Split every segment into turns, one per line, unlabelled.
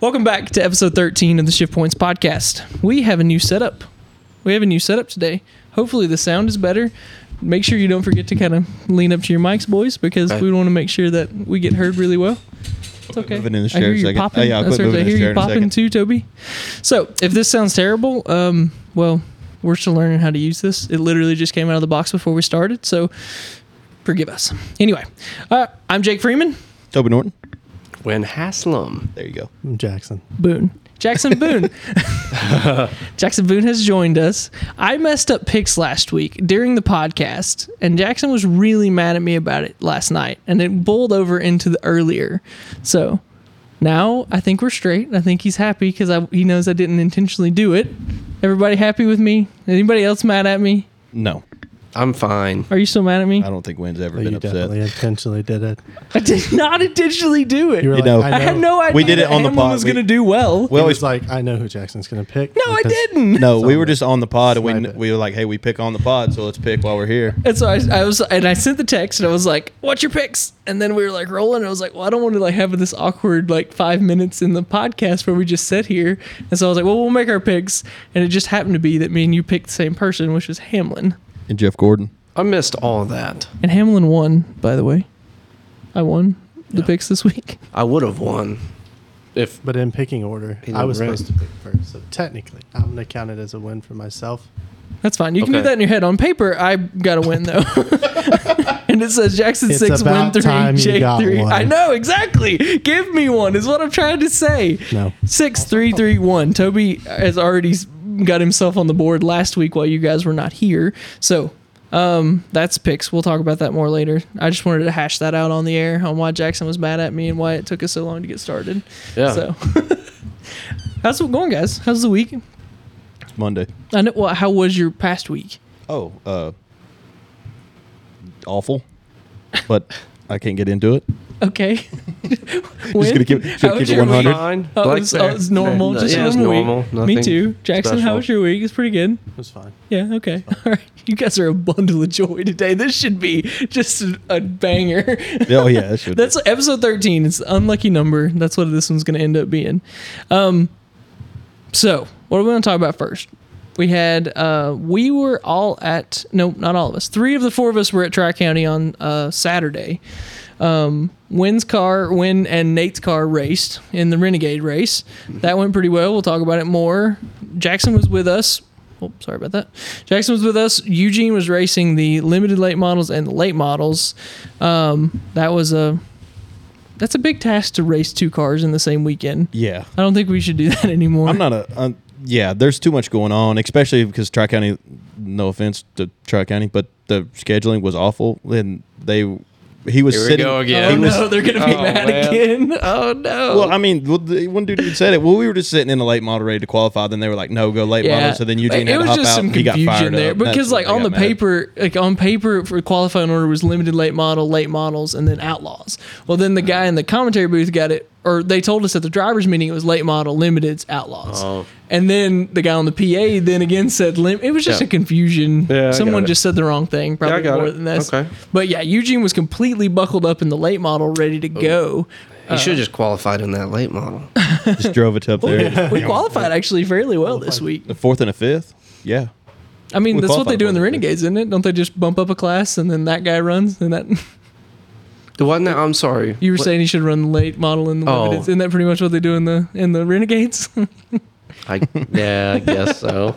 Welcome back to episode 13 of the Shift Points podcast. We have a new setup. We have a new setup today. Hopefully, the sound is better. Make sure you don't forget to kind of lean up to your mics, boys, because
Okay.
we want to make sure that we get heard really well. It's okay.
moving in this
I
chair
hear
a
you
second.
popping.
Oh, yeah, I'll
That's
quit
right. I
moving
hear
this chair
you
in a
popping
second.
too, Toby. So, if this sounds terrible, um, well, we're still learning how to use this. It literally just came out of the box before we started, so forgive us. Anyway, uh, I'm Jake Freeman.
Toby Norton.
When Haslam.
There you go.
Jackson.
Boone. Jackson Boone. Jackson Boone has joined us. I messed up picks last week during the podcast, and Jackson was really mad at me about it last night, and it bowled over into the earlier. So now I think we're straight. I think he's happy because he knows I didn't intentionally do it. Everybody happy with me? Anybody else mad at me?
No,
I'm fine.
Are you still mad at me?
I don't think Wynn's ever
Oh,
been
you
upset.
definitely intentionally did it.
I did not intentionally do it.
You were
You
like,
know-
I know.
I had no idea.
We did it
that
on the
Hamlin
pod.
was
We-
going to do well.
Well,
He
we,
was like, I know who Jackson's gonna pick.
no, I
because
didn't.
no, we
on
were
the-
just on the pod, and we,
Snipe
kn-
it.
we were like, hey, we pick on the pod, so let's pick while we're here.
And so I, I was, and I sent the text, and I was like, "What's your picks?" And then we were like rolling, and I was like, "Well, I don't want to like have this awkward like five minutes in the podcast where we just sit here." And so I was like, "Well, we'll make our picks," and it just happened to be that me and you picked the same person, which was Hamlin,
And Jeff Gordon.
I missed all that.
and Hamlin won. By the way, I won the
Yeah.
picks this week.
I would have won. If
But in picking order,
He
I was
didn't
supposed to pick first. So technically, I'm gonna count it as a win for myself.
That's fine. You can do
Okay.
that in your head. On paper, I got a win though, and it says Jackson
It's
six, win
about
three,
time you
Jake
got
three.
one.
I know exactly. Give me one is what I'm trying to say.
No.
Six, three, three, one. Toby has already s- got himself on the board last week while you guys were not here. So um, that's picks. We'll talk about that more later. I just wanted to hash that out on the air on why Jackson was mad at me and why it took us so long to get started.
yeah,
So how's it going, guys? How's the week?
Monday.
I know. Well, how was your past week?
Oh, uh, awful, but I can't get into it.
Okay.
Just gonna keep, should
How
keep
was
it
your week?
100.
fine.
Oh,
Like
it was,
there.
oh, it was normal.
Yeah,
Just
yeah,
a
it's
normal,
normal.
week. Me
Nothing
too. Jackson, how
special.
was your week? It's pretty good.
It was fine.
Yeah, okay. All right. You guys are a bundle of joy today. This should be just a, a banger.
Oh, yeah, that should
That's episode 13. It's the unlucky number. That's what this one's going to end up being. Um, so, what are we going to talk about first? We had, uh, we were all at, no, not all of us. Three of the four of us were at Tri County on uh, Saturday. Um, Wynn's car, Wynn and Nate's car raced in the Renegade race. That went pretty well. We'll talk about it more. Jackson was with us. Oh, sorry about that. Jackson was with us. Eugene was racing the limited late models and the late models. Um, that was a that's a big task to race two cars in the same weekend.
yeah.
I don't think we should do that anymore.
I'm not a. I'm, yeah, there's too much going on, especially because Tri County. No offense to Tri County, but the scheduling was awful, and they he was
Here we
sitting.
go again.
Oh
He
no,
was,
they're gonna be
Oh,
mad
man.
again. Oh no.
Well, I mean, well, the, one dude even said it. Well, we were just sitting in the late model ready to qualify. Then they were like, "No, go late model." So then Eugene
it
had
was
to hop
just
out.
some
and he got
confusion
fired
there
up.
because,
That's
like,
when
on
they
the
got mad.
paper, like on paper for qualifying order was limited late model, late models, and then outlaws. Well, then the guy in the commentary booth got it, or they told us at the drivers' meeting it was late model, limiteds, outlaws,
Oh.
and then the guy on the PA then again said lim. It was just
Yeah.
a confusion.
Yeah, I got
Someone
it.
just said the wrong thing,
I
probably
got
more
it.
than this.
Okay.
But yeah, Eugene was completely buckled up in the late model, ready
Oh.
to go.
he should have just qualified in that late model.
just drove it up there.
We qualified actually fairly well this week.
The fourth and a fifth. Yeah,
I mean,
We
that's what
qualified
they do in the
for it.
Renegades, isn't it? Don't they just bump up a class and then that guy runs and that
The one that I'm sorry.
you were
What-
saying he should run the late model in the
Oh.
limiteds. Isn't that pretty much what they do in the in the Renegades?
I, yeah, I guess so.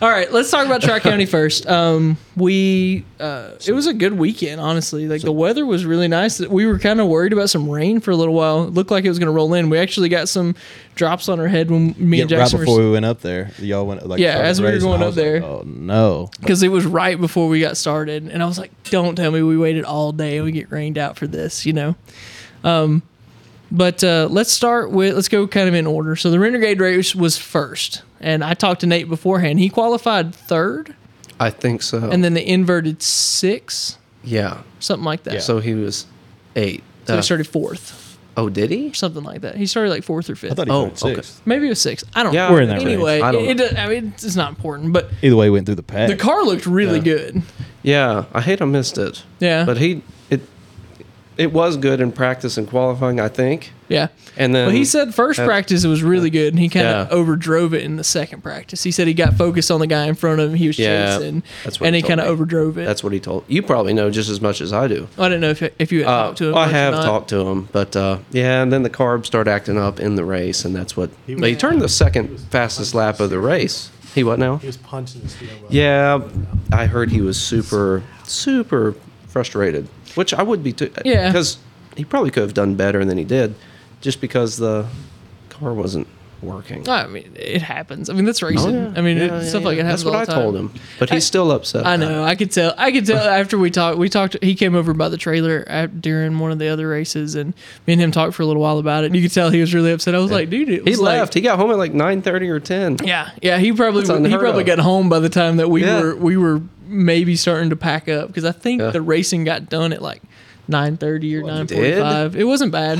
All right, let's talk about Tri County first. Um, we uh, it was a good weekend, honestly. Like the weather was really nice. We were kind of worried about some rain for a little while. It looked like it was going to roll in. We actually got some drops on our head when me
yeah
and
right
Jackson were
before we went up there, y'all went like
Yeah,
started
as we were
racing.
going
I
up
was like,
there.
oh no!
because it was right before we got started and i was like don't tell me we waited all day and we get rained out for this you know um but uh, let's start with let's go kind of in order so the renegade race was first and i talked to nate beforehand he qualified third
I think so.
and then the inverted six
yeah.
something like that so,
So he was eight.
he
Uh,
started fourth
oh, did he?
or something like that he started like fourth or fifth
I thought he
Oh,
went
okay.
sixth.
maybe it was six i don't
Yeah,
know
We're in that range.
anyway
I don't
it,
know.
it, i mean it's not important but
Either way, went through the pack.
the car looked really
Yeah.
good
Yeah, I hate I missed it.
Yeah.
But he it It was good in practice and qualifying, I think.
Yeah.
And then
Well, he said first
that-
practice it was really good, and he kind of
Um, uh, Yeah.
overdrove it in the second practice. He said he got focused on the guy in front of him. He was
Yeah,
chasing,
that's what
and
he
he kind of
told me.
overdrove it.
that's what he told you. Probably know just as much as I do.
I don't know if if you had
Uh,
talked to him.
I
much or
have
not.
talked to him, but uh, yeah, and then the carbs start acting up in the race, and that's what
He
but he
was-
turned the second
was
fastest
punching
lap of the race. He what now?
He was punching the steering wheel.
Yeah, I heard he was super, super frustrated, which I would be too.
Yeah.
because he probably could have done better than he did, just because the car wasn't working.
I mean, it happens. I mean,
Oh,
that's racing. Uh, I mean, it, stuff like it happens.
That's what
all
I
the
told
time.
him, but he's
I-
still upset.
I know. I could tell. I could tell after we talked. We talked. He came over by the trailer at, during one of the other races, and me and him talked for a little while about it. And you could tell he was really upset. I was like, dude, it
He
was like-
left. he got home at like nine thirty or ten.
yeah, yeah. He probably
That's unheard
he probably
of.
got home by the time that we
Yeah.
were we were maybe starting to pack up because I think
Yeah.
the racing got done at like nine thirty or nine forty five. It wasn't bad.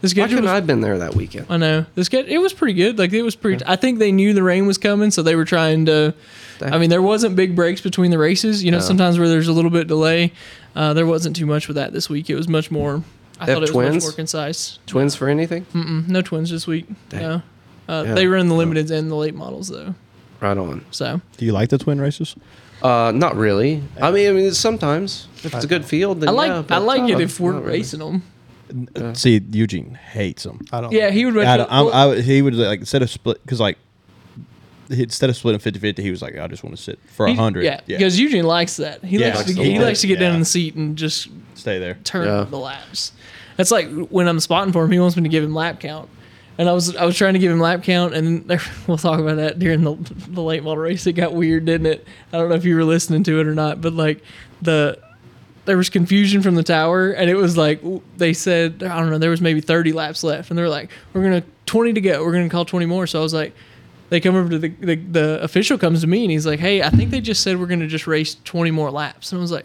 The
Why
schedule Uh,
couldn't
was
I have been there that weekend?
I know this get it was pretty good. Like it was pretty. I think they knew the rain was coming, so they were trying to. I mean, there wasn't big breaks between the races. You know, sometimes where there's a little bit delay, uh, there wasn't too much with that this week. It was much more. I
They
thought
have
it was much
twins?
more concise.
Twins for anything?
Mm, No twins this week.
Dang.
No. Uh,
Yeah.
They run the limiteds and the late models though.
Right on.
So
Do you like the twin races?
Uh, not really. I mean, I mean, it's sometimes if it's a good field, then
I like
yeah, but
I like it
not-
if we're
not really.
racing them.
Uh, See, Eugene hates them.
Oh.
I don't.
Yeah, he would.
I,
rather-
don't- I'm- I, he would like instead of split because like he- instead of splitting 50-50, he was like, I just want to sit for
he-
a hundred.
Yeah, because Eugene likes that. He
Yeah.
likes to
Likes
get,
the
he
lap.
likes to get down
Yeah.
in the seat and just
stay there.
turn
Yeah.
the laps. That's like when I'm spotting for him, he wants me to give him lap count. And I was I was trying to give him lap count, and there, we'll talk about that during the the late model race. It got weird, didn't it? I don't know if you were listening to it or not, but like the there was confusion from the tower, and it was like w- they said I don't know there was maybe 30 laps left, and they were like we're gonna 20 to go, we're gonna call 20 more. So I was like. They come over to the, the the official comes to me and he's like, "Hey, I think they just said we're gonna just race 20 more laps." And I was like,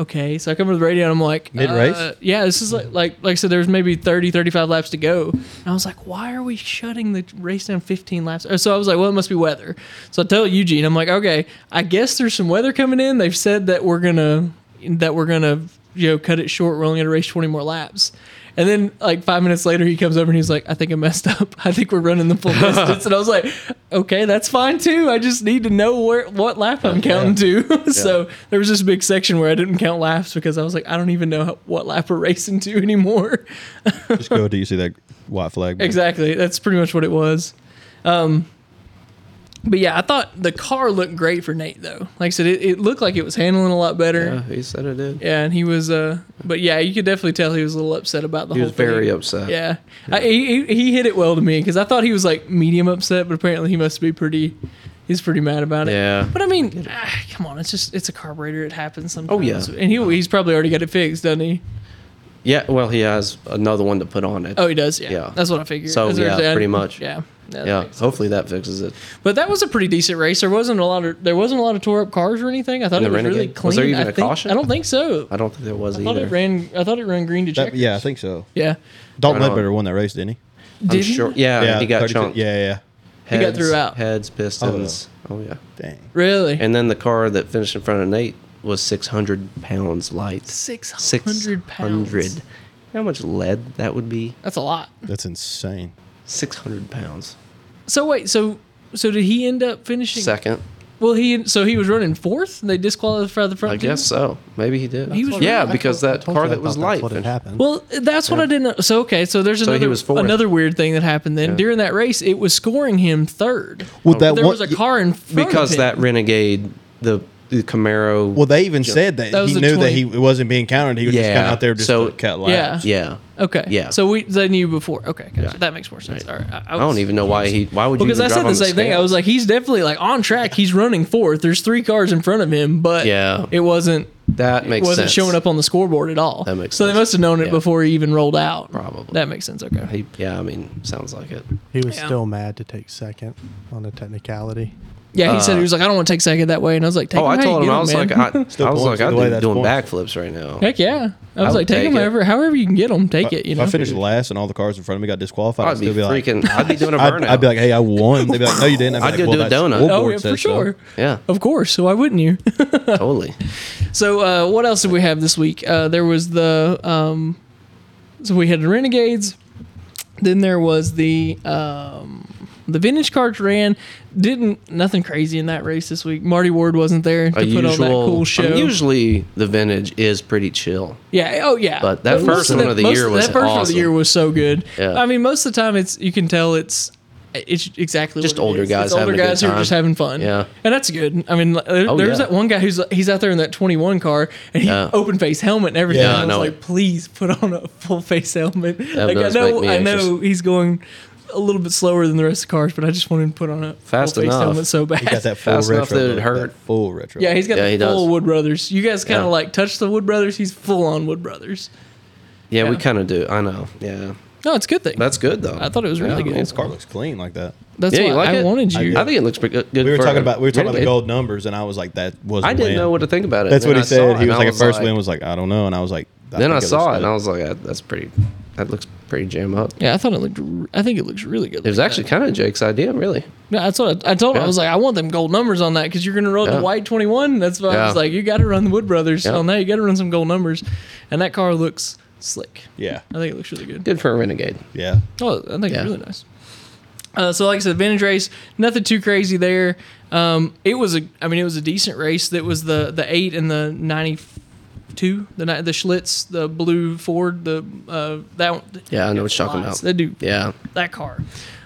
"Okay." So I come over to the radio and I'm like,
Mid-race?
uh, yeah, this is like like like I said, there's maybe 30, 35 laps to go. And I was like, why are we shutting the race down 15 laps? Or So I was like, well, it must be weather. So I tell Eugene, I'm like, okay, I guess there's some weather coming in. They've said that we're gonna that we're gonna you know cut it short. We're only gonna race 20 more laps. And then like five minutes later, he comes over and he's like, I think I messed up. I think we're running the full distance. And I was like, okay, that's fine too. I just need to know where what lap I'm counting to. so there was this big section where I didn't count laps because I was like, I don't even know how, what lap we're racing to anymore.
Just go till you see that white flag.
exactly. That's pretty much what it was. Um, but yeah, I thought the car looked great for Nate though. Like I said, it, it looked like it was handling a lot
Yeah,
better.
he said it did.
Yeah. and he was. Uh, but yeah, you could definitely tell he was a little upset about the
He
whole
was very
thing.
upset.
Yeah, I, he, he- he hit it well to me because I thought he was like medium upset, but apparently he must be pretty. He's pretty mad about it.
Yeah.
But I mean, ah, come on, it's just it's a carburetor. It happens sometimes.
Oh, yeah.
And he he's probably already got it fixed, doesn't he?
Yeah, well, he has another one to put on it.
Oh, he does. Yeah.
Yeah.
That's what I figured.
So,
That's what I
yeah,
said.
pretty much.
Yeah. that
yeah.
makes sense.
Hopefully that fixes it.
But that was a pretty decent race. There wasn't a lot of there wasn't a lot of tore up cars or anything. I thought
And
it
the
was really
Renegade?
clean.
Was there even
I
a
think-
caution?
I don't think so.
I don't think there was
I thought
either.
it ran. I thought it ran green to check.
That, yeah, I think so.
Yeah.
Dalton
Right on.
Ledbetter won that race, didn't he?
I'm
Did he?
sure. Yeah,
yeah,
he got
32
chunked.
Yeah, yeah.
He
heads,
got threw out.
Heads, pistons. Oh, yeah.
Dang.
Really.
And then the car that finished in front of Nate was 600 pounds light.
600 pounds.
600. How much lead that would be?
That's a lot.
That's insane.
Oh, 600 pounds.
So wait, so so did he end up finishing
Second.
Well, he so he was running fourth. And they disqualified the front.
I
two?
guess so. Maybe he did.
He was-
yeah,
I
because
told- I
that
told
car
you I
that was
thought
light.
That's what had
finished-
happened.
Well, that's what I didn't. know. So okay, so there's
So he
another
was fourth.
another weird thing that happened. Then
Yeah.
during that race, it was scoring him third.
Well, that
there
one-
was a car in front
because
of him.
that Renegade, the, the Camaro.
Well, they even said that,
That was
he
the
knew that
20
he wasn't being counted. He was just
Yeah,
kind of out there just
so-
to cut laps.
yeah.
Okay.
Yeah.
So we they knew before. Okay. Gotcha.
Yeah.
That makes more sense. All right. I,
I don't even know why he. Why would you?
Because
even
I
drive
said
on
the same thing. I
scale?
was like, he's definitely like on track. He's running fourth. There's three cars in front of him, but
Yeah.
it wasn't
that makes
wasn't
sense.
showing up on the scoreboard at all.
That makes
so they
sense.
must have known it
Yeah.
before he even rolled out.
Probably.
That makes sense. Okay.
He, yeah, I mean, sounds like it.
he was
Yeah.
still mad to take second on a technicality.
Yeah, he said
Uh,
he was like, I don't want to take second that way, and I was like, take him
oh, I
how you
told him.
get
I was
man.
like, I, I was
points
like,
either
I'm
way, that's
doing
points.
backflips right now.
heck yeah. I was
would
like, take,
take
him
it.
however, however you can get him, take it. You
If
know,
I finished last and all the cars in front of me got disqualified, I'd
I'd be
still be like,
freaking. I'd be doing a
I'd,
burnout.
I'd be like, hey, I won. They'd be like, no, you didn't. I'd, be
I'd
like,
go do a
that's-
donut.
scoreboard
oh yeah, for
says so.
sure,
yeah,
of course. So why wouldn't you?
totally.
So, uh, what else did we have this week? Uh, there was the um, So we had the Renegades. Then there was the um, the vintage carts ran. Didn't nothing crazy in that race this week. Marty Ward wasn't there to
A
put on that
usual.
cool show.
I mean, usually the vintage is pretty chill.
Yeah. Oh, yeah.
But that
most
first one of the
most
year was
that first one of the
awesome.
year was so good.
Yeah.
I mean, most of the time it's you can tell it's it's exactly
Just
what it
older
is.
guys
It's older
having a good
guys who are just
time.
having fun.
Yeah.
and that's good. I mean, like, there,
Oh,
there's
yeah.
that one guy who's he's out there in that 21 car and he
Yeah.
open face helmet and everything.
Yeah,
And
I
I was like,
know it.
please put on a full face helmet. like I
does
know,
make me
I know he's going a little bit slower than the rest of the cars, but I just want him to put on a
Fast
full face
enough.
helmet so bad.
He got that full
Fast
retro.
enough that it
look,
hurt.
full retro.
Yeah, he's got
Yeah,
the
he does.
full Wood Brothers. You guys kind of
Yeah.
like touch the Wood Brothers. He's full on Wood Brothers.
Yeah, we
Yeah.
kind of do. I know. Yeah,
No, it's a good thing.
that's good though.
I thought it was really
Yeah.
good.
His car looks clean like that.
That's
Yeah,
why
you like
I
it?
wanted
I
you.
do.
I think it looks pretty good. good
We were
for
talking
a
about we were talking about the
renegade.
gold numbers, and I was like, that was.
I didn't know what to think about it.
That's
Then
what he
I saw
said.
it,
He
and
was
I
like, at first win was like, I don't know, and I was like,
then I
think
saw it and
looks good.
I was like, "Ah, that's pretty. That looks pretty jam up.
yeah, I thought it looked. r- I think it looks really good.
It was
like
actually
that.
kind of Jake's idea, really.
No, that's what I, I told him. I
Yeah.
was like, I want them gold numbers on that because you're gonna run
Yeah.
the white 21. That's why I
Yeah.
was like, you got to run the Wood Brothers
Yeah.
on that. You got to run some gold numbers, and that car looks slick.
Yeah,
I think it looks really good.
Good for a renegade.
yeah.
Oh, I think
Yeah.
it's really nice. Uh, so, like I said, vintage race, nothing too crazy there. Um, it was a, I mean, it was a decent race. That was the the eight and the ninety two, the ni- the Schlitz, the blue Ford, the uh, that one.
Yeah, I know what you're talking
Flies.
about.
They do
Yeah,
that car.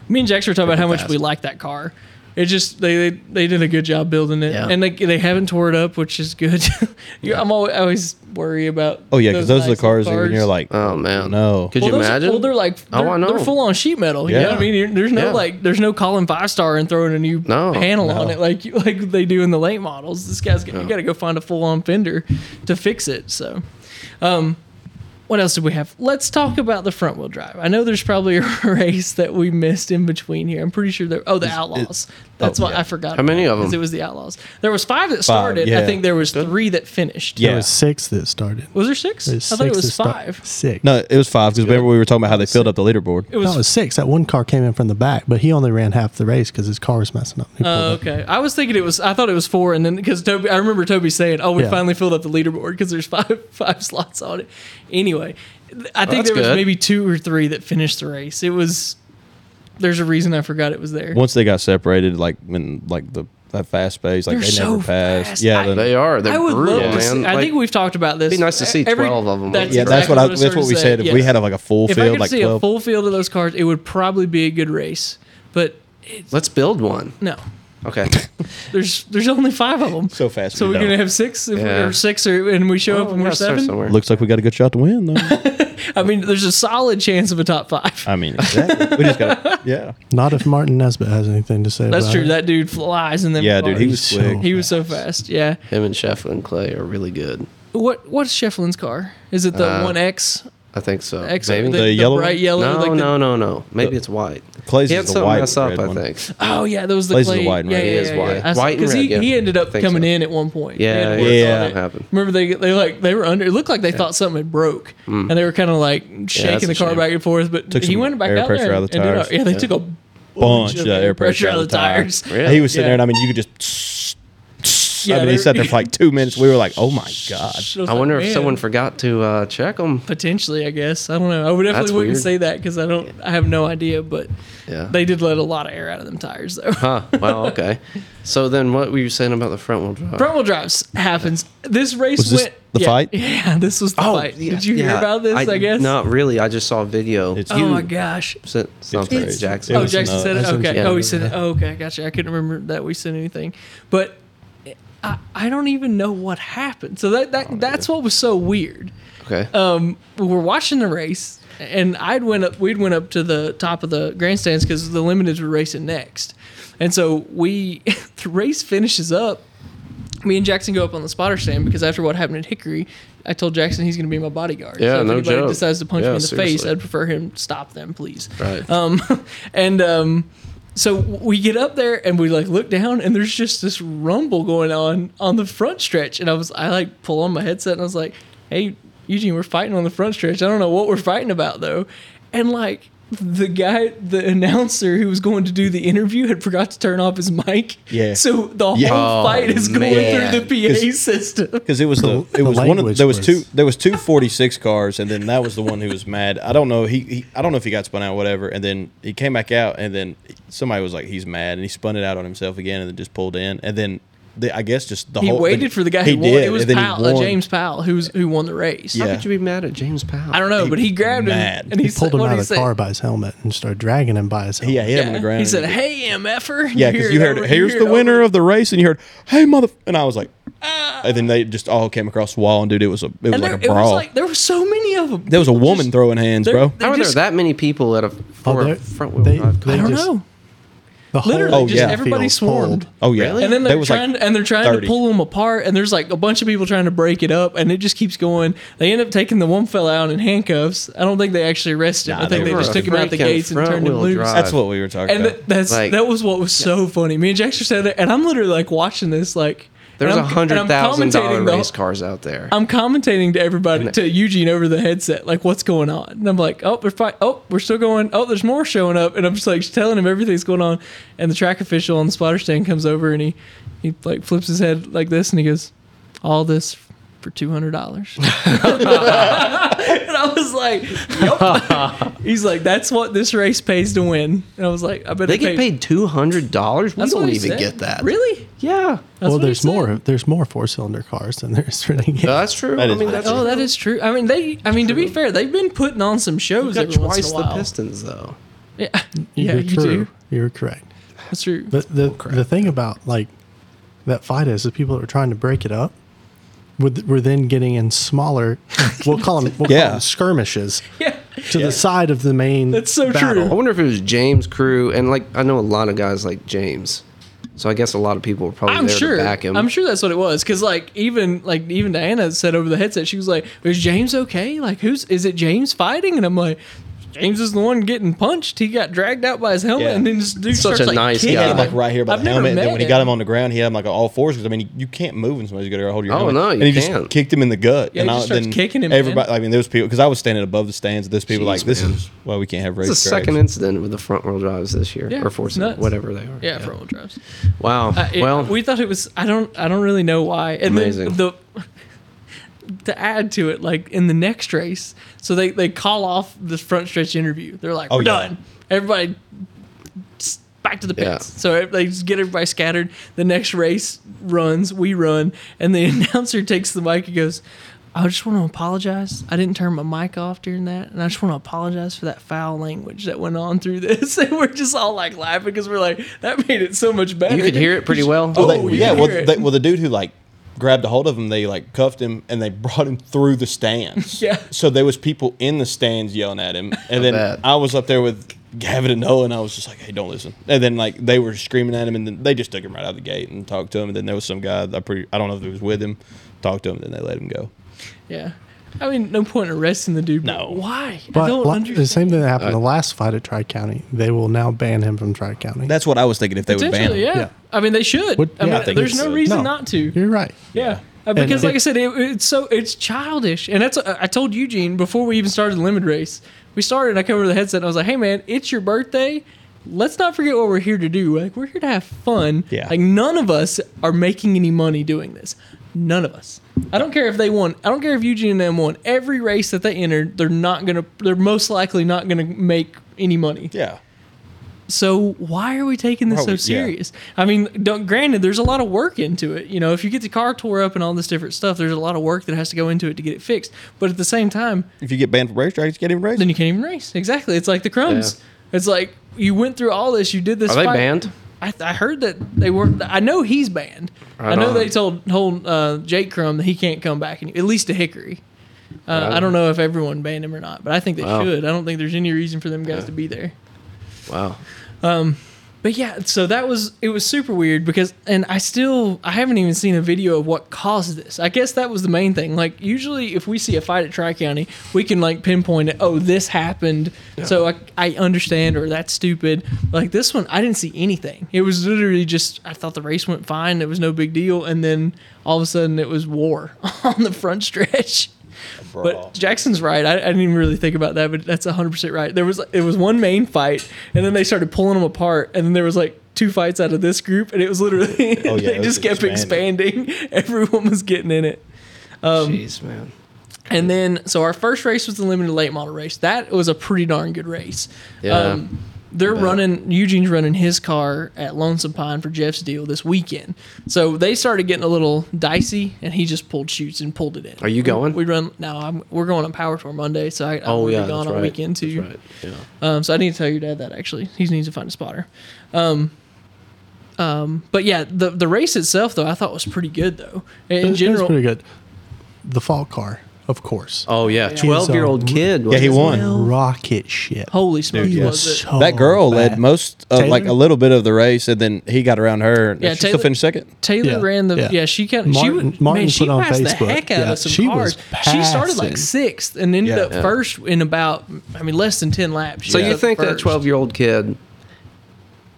Me and Jax were talking about how much
fast.
we like that car. It just they, they they did a good job building it,
Yeah.
and they they haven't tore it up, which is good. You- I'm always, I always worry about.
Oh yeah, because those, are the
nice little
cars, that you're- you're like,
Oh man,
No.
Could
well,
you
those are-
imagine?
well, they're like
Oh,
they're,
I know.
they're full on sheet metal. Yeah,
Yeah.
I mean, You're- there's no
Yeah.
like there's no calling five star and throwing a new
No,
panel on
no.
it like you- like they do in the late models. This guy's got, you got to go find a full on fender to fix it. So, um, what else did we have? Let's talk about the front wheel drive. I know there's probably a race that we missed in between here. I'm pretty sure there. Oh, the Outlaws. That's
oh,
what
yeah.
I forgot.
How many
about,
of
'cause
'em?
It was the Outlaws. There was five that started. I
yeah.
think there was three that finished.
Yeah.
There was six that started.
Was there six?
There
I thought it
six
was
that sta-
five.
Six.
no, it was five because remember we were talking about how they filled up the leaderboard.
It
No, it was six. That one car came in from the back, but he only ran half the race because his car was messing up. He pulled
Oh,
up.
okay. I was thinking it was. I thought it was four, and then because Toby, I remember Toby saying, "Oh, we
Yeah.
finally filled up the leaderboard because there's five five slots on it." Anyway, th- I think
Oh, that's
there was
good.
maybe two or three that finished the race. It was. There's a reason I forgot it was there.
Once they got separated, like when like the that fast pace, like
They're
they never
so
passed.
fast.
Yeah,
I-
then-
they are. They're
I would
brutal,
love to.
man.
See, I
Like,
think we've talked about this.
It'd be nice to see 12 of 'em.
That's
yeah, that's
exactly
what I,
I was
that's what we
starting
said.
to
If
say.
we
Yeah.
had like a full
If I
field,
could
like
see a
twelve.
full field of those cars, it would probably be a good race. But
let's build one.
no,
Okay,
there's there's only five of them.
so fast.
So
we
we're
don't.
gonna have six, if
Yeah.
or six, or and Oh, we show up and
We
we're
gotta start
seven.
somewhere.
Looks like we got a good shot to win. though.
I mean, there's a solid chance of a top five.
I mean, exactly. we just got yeah,
Not if Martin Nesbitt has anything to say
That's
about
true.
it.
That dude flies and then
yeah, dude. He was
so-
slick.
he was so fast. Yeah.
him and Sheffield and Clay are really good.
What what's Shefflin's car? Is it the
Uh,
one X
I think so.
X
Maybe.
The yellow
bright
one?
yellow?
no,
like the-
no, no, no. Maybe it's white.
Clay's
He
is
had
the
something
white
mess up.
red
I
one.
think.
Oh yeah, that was the
Blaze is
clay.
white and
yeah,
red.
yeah,
He
yeah,
is
yeah,
white.
yeah.
White and
because he,
red, yeah.
he ended up
Think
coming
so.
in at one point.
Yeah,
They had
yeah,
words
yeah.
on it.
Something happened.
Remember they they like they were under. It looked like they thought something had broke, and they were kind of like shaking
Mm. a
the car
shame.
back and forth. But
Took
he
some
went back
air
out
pressure
there
out
and,
of the
and did
tires.
a- yeah, they took a
bunch of air pressure out of the tires.
Really?
He was sitting
Yeah.
there, and I mean, you could just.
Yeah,
I mean,
they
he
were-
sat there for like two minutes. We were like, "Oh my god!"
So was
I
like,
wonder if
man.
someone forgot to uh, check them.
Potentially, I guess. I don't know. I would definitely
That's
wouldn't
weird.
say that because I don't. I have no idea. But
Yeah.
they did let a lot of air out of them tires, though.
Huh. Well, okay. so then, what were you saying about the front wheel drive?
Front wheel drives happens. This race
Was this
went
the
yeah,
fight?
Yeah, this was the fight.
Oh, yeah,
did you hear
yeah.
about this? I, guess.
not really. I just saw a video.
It's-
Oh my gosh.
Sent something
crazy.
Jackson.
It
oh,
was
Jackson
another-
said it.
that's
Okay.
another-
Oh, he said it. Oh, okay. Gotcha. I couldn't remember that we sent anything, but I, I don't even know what happened. So that,
Oh,
that that's what was so weird.
okay.
um, we were watching the race, and I'd went up. We'd went up to the top of the grandstands because the limiteds were racing next, and so we the race finishes up. Me and Jackson go up on the spotter stand because after what happened at Hickory, I told Jackson he's going to be my bodyguard.
Yeah,
so if
no
anybody
joke.
decides to punch
Yeah,
me in the face,
seriously.
I'd prefer him stop them, please.
Right.
Um, and um, so we get up there and we like look down and there's just this rumble going on on the front stretch. And I was I like pull on my headset and I was like, hey Eugene, we're fighting on the front stretch. I don't know what we're fighting about though. And like the guy, the announcer who was going to do the interview, had forgot to turn off his mic.
Yeah.
So the
Yeah.
whole
Oh,
fight is going
man.
through the PA system.
because it was the,
The-
it
the
was one of
language
there was,
was-
two there was two forty six cars and then that was the one who was mad. I don't know he, he I don't know if he got spun out whatever and then he came back out and then somebody was like he's mad and he spun it out on himself again and then just pulled in and then the, I guess just the
He
whole
waited for the guy
he
who won.
did,
it was
and then he
Powell, uh,
won.
James Powell, who's who won the race.
Yeah.
How could you be mad at James Powell?
I don't know,
He
but he grabbed
mad.
him and
He,
he,
pulled
said,
him
what
out
did
of
he say?
the car by his helmet and started dragging him by his helmet.
yeah, he hit him on the ground.
He
and
said,
did-
"Hey, er, mf'er."
Yeah, because you heard, here's the winner of the race, and you heard, hey, mother. And I was like, and then they just all came across the wall, and dude, it was a, it was
Uh. And
like
there,
a
it was
brawl.
like there were so many of them.
there was a woman throwing hands,
they're-
bro.
they're-
How are
just-
there that many people at a for
they're-
a front wheel
they-
drive
I
car?
they-
don't
just-
know.
The whole
Literally,
Oh,
just
yeah.
everybody
field
swarmed.
pulled.
Oh yeah,
Really?
And then
There
they're
was, like,
trying, and they're trying
30.
to pull them apart, and there's like a bunch of people trying to break it up, and it just keeps going. They end up taking the one fella out in handcuffs. I don't think they actually arrested him.
Nah,
I think
they
they,
were
just took him out the
freaking
gates and turned him
front-wheel
loose.
drive.
That's what we were talking
And
about.
th- that's
Like-
that was what was so funny. Me and Jax are sitting there, and I'm literally like watching this. Like
There's
and
a
I'm-
hundred
and I'm
thousand dollar
commentating the-
race cars out there.
I'm commentating to everybody, to Eugene over the headset, like what's going on, and I'm like, oh, we're fi- oh, we're still going, oh, there's more showing up, and I'm just like telling him everything's going on, and the track official on the spotter stand comes over and he, he like flips his head like this, and he goes, all this for two hundred dollars, and I was like, yup. he's like, that's what this race pays to win, and I was like, I better
they get
pay-
paid two hundred dollars. We
That's what
don't
he
even
said.
get that.
Really?
Yeah.
That's
well,
what he
there's
said.
more. There's more four cylinder cars than there's for the
No, that's true.
That
I
is
mean,
bad.
that's
Oh, that is true. I mean, they. I mean, to be fair, they've been putting on some shows
got
every once in a
twice the
while.
Pistons though.
Yeah, yeah, you do.
You're correct.
That's true.
But the the thing about like that fight is the people that were trying to break it up were, th- were then getting in smaller. We'll call them, we'll
Yeah.
call them skirmishes
yeah,
to the side of the main.
That's so
battle.
true.
I wonder if it was James' crew, and like I know a lot of guys like James, so I guess a lot of people were probably
I'm
there
sure.
to back him.
I'm sure that's what it was. Because like even like even Diana said over the headset, she was like, "Is James okay? Like who's is it? James fighting?" And I'm like. James is the one getting punched. He got dragged out by his helmet,
Yeah.
and then this dude
Such
starts
a
like
nice
kicking
he had
guy.
him.
him like right here by
I've
the
never
helmet. And then
met
when he
him.
got him on the ground, he had him like all fours because I mean, you, you can't move when somebody's got to hold your.
Oh,
helmet.
no, you
and he
can't.
just kicked him in the gut.
Yeah, he
and
just
I,
starts
then
kicking him, man.
Everybody, I mean, there was people because I was standing above the stands. There's people
Jeez,
like, this
man.
is why we can't have race.
it's the second incident with the front wheel drives this year,
Yeah,
or
it's
four,
nuts.
whatever they are.
yeah, front wheel drives.
Wow.
Uh, it-
well,
we thought it was. I don't. I don't really know why. And
Amazing.
Then the to add to it, like in the next race, so they they call off this front stretch interview. They're like,
Oh,
"We're
yeah.
done. Everybody s- back to the
Yeah.
pits." So ev- they just get everybody scattered. The next race runs. We run, and the announcer takes the mic and goes. I just want to apologize. I didn't turn my mic off during that, and I just want to apologize for that foul language that went on through this. And we're just all like laughing because we're like, that made it so much better.
you could hear it pretty well.
Well, they-
Oh, you
yeah. Well,
hear it.
they, well, the dude who like grabbed a hold of him, they like cuffed him and they brought him through the stands.
Yeah.
So there was people in the stands yelling at him, and then
bet.
I was up there with Gavin and Noah, and I was just like, "Hey, don't listen." And then like they were screaming at him, and then they just took him right out of the gate and talked to him. And then there was some guy I pretty I don't know if it was with him, talked to him, and then they let him go.
Yeah. I mean, no point in arresting the dude. but
No.
Why? I
But
don't
li- the
understand.
same thing that happened the last fight at Tri County. They will now ban him from Tri County.
That's what I was thinking if they would ban him.
Potentially, yeah.
Yeah.
I mean, they should.
Would-
I
yeah,
mean,
I think
there's
they
no
should.
reason
No.
not to.
You're right.
Yeah. Uh, because,
it-
like I said, it, it's so it's childish, and that's uh, I told Eugene before we even started the limit race. We started. I came over to the headset. and I was like, "Hey, man, it's your birthday. Let's not forget what we're here to do. Like, we're here to have fun.
Yeah.
Like, none of us are making any money doing this. None of us. I don't care if they won. I don't care if Eugene and them won every race that they entered. They're not gonna. They're most likely not gonna make any money.
Yeah.
So why are we taking this
Why
so
we- yeah.
serious? I mean, don't, granted, there's a lot of work into it. You know, if you get the car tore up and all this different stuff, there's a lot of work that has to go into it to get it fixed. But at the same time,
If you get banned from racetracks, you can't even race.
then you can't even race. Exactly. It's like the crumbs. It's like you went through all this. You did this.
Are they
fight.
banned?
I, I heard that they weren't. I know he's banned. I,
Right
know
on.
they told told uh, Jake Crumb that he can't come back, and at least to Hickory. Uh,
Right
I don't know if everyone banned him or not, but I think they
Wow.
should. I don't think there's any reason for them guys to be there.
Wow.
But yeah, so that was it was super weird because and I still I haven't even seen a video of what caused this. I guess that was the main thing. Like usually if we see a fight at Tri County, we can like pinpoint it, oh, this happened. So I I understand or that's stupid. Like this one, I didn't see anything. It was literally just I thought the race went fine, it was no big deal, and then all of a sudden it was war on the front stretch. But Jackson's right. I, I didn't even really think about that, but that's 100% right. There was it was one main fight, and then they started pulling them apart, and then there was like two fights out of this group, and it was literally
Oh, yeah,
they
it was
just kept
expanding.
expanding. Everyone was getting in it. Um,
Jeez, man.
And then, so our first race was the limited late model race. That was a pretty darn good race.
Yeah.
Um, they're running, Eugene's running his car at Lonesome Pine for Jeff's deal this weekend. So they started getting a little dicey, and he just pulled shoots and pulled it in.
Are you going?
We run, no, I'm, we're going on Power Tour Monday, so I, I'm
oh
already
yeah,
gone
that's
on
right.
weekend
That's
too.
right. Yeah.
Um, so I need to tell your dad that actually. He needs to find a spotter. Um, um, but yeah, the, the race itself, though, I thought was pretty good, though. In
It was
general,
pretty good. The fault car, of course.
Oh yeah, twelve year old
He's a-
kid.
Yeah, he
wasn't
won.
Rocket shit.
holy smokes,
yeah.
was it?
So
that girl led
bad.
most of like
Oh, Taylor?
a little bit of the race, and then he got around her. And
Yeah,
she still
Taylor-
finished second.
Taylor
Yeah,
ran the yeah,
yeah.
she kind of she
Martin-
would,
Martin
man, she
put on
passed the
Facebook,
heck out
yeah,
of some
she
cars.
was
She started like
passing.
sixth and ended
Yeah.
up first in about I mean less than ten laps. She
So
was
you
up
think that
first.
twelve year old kid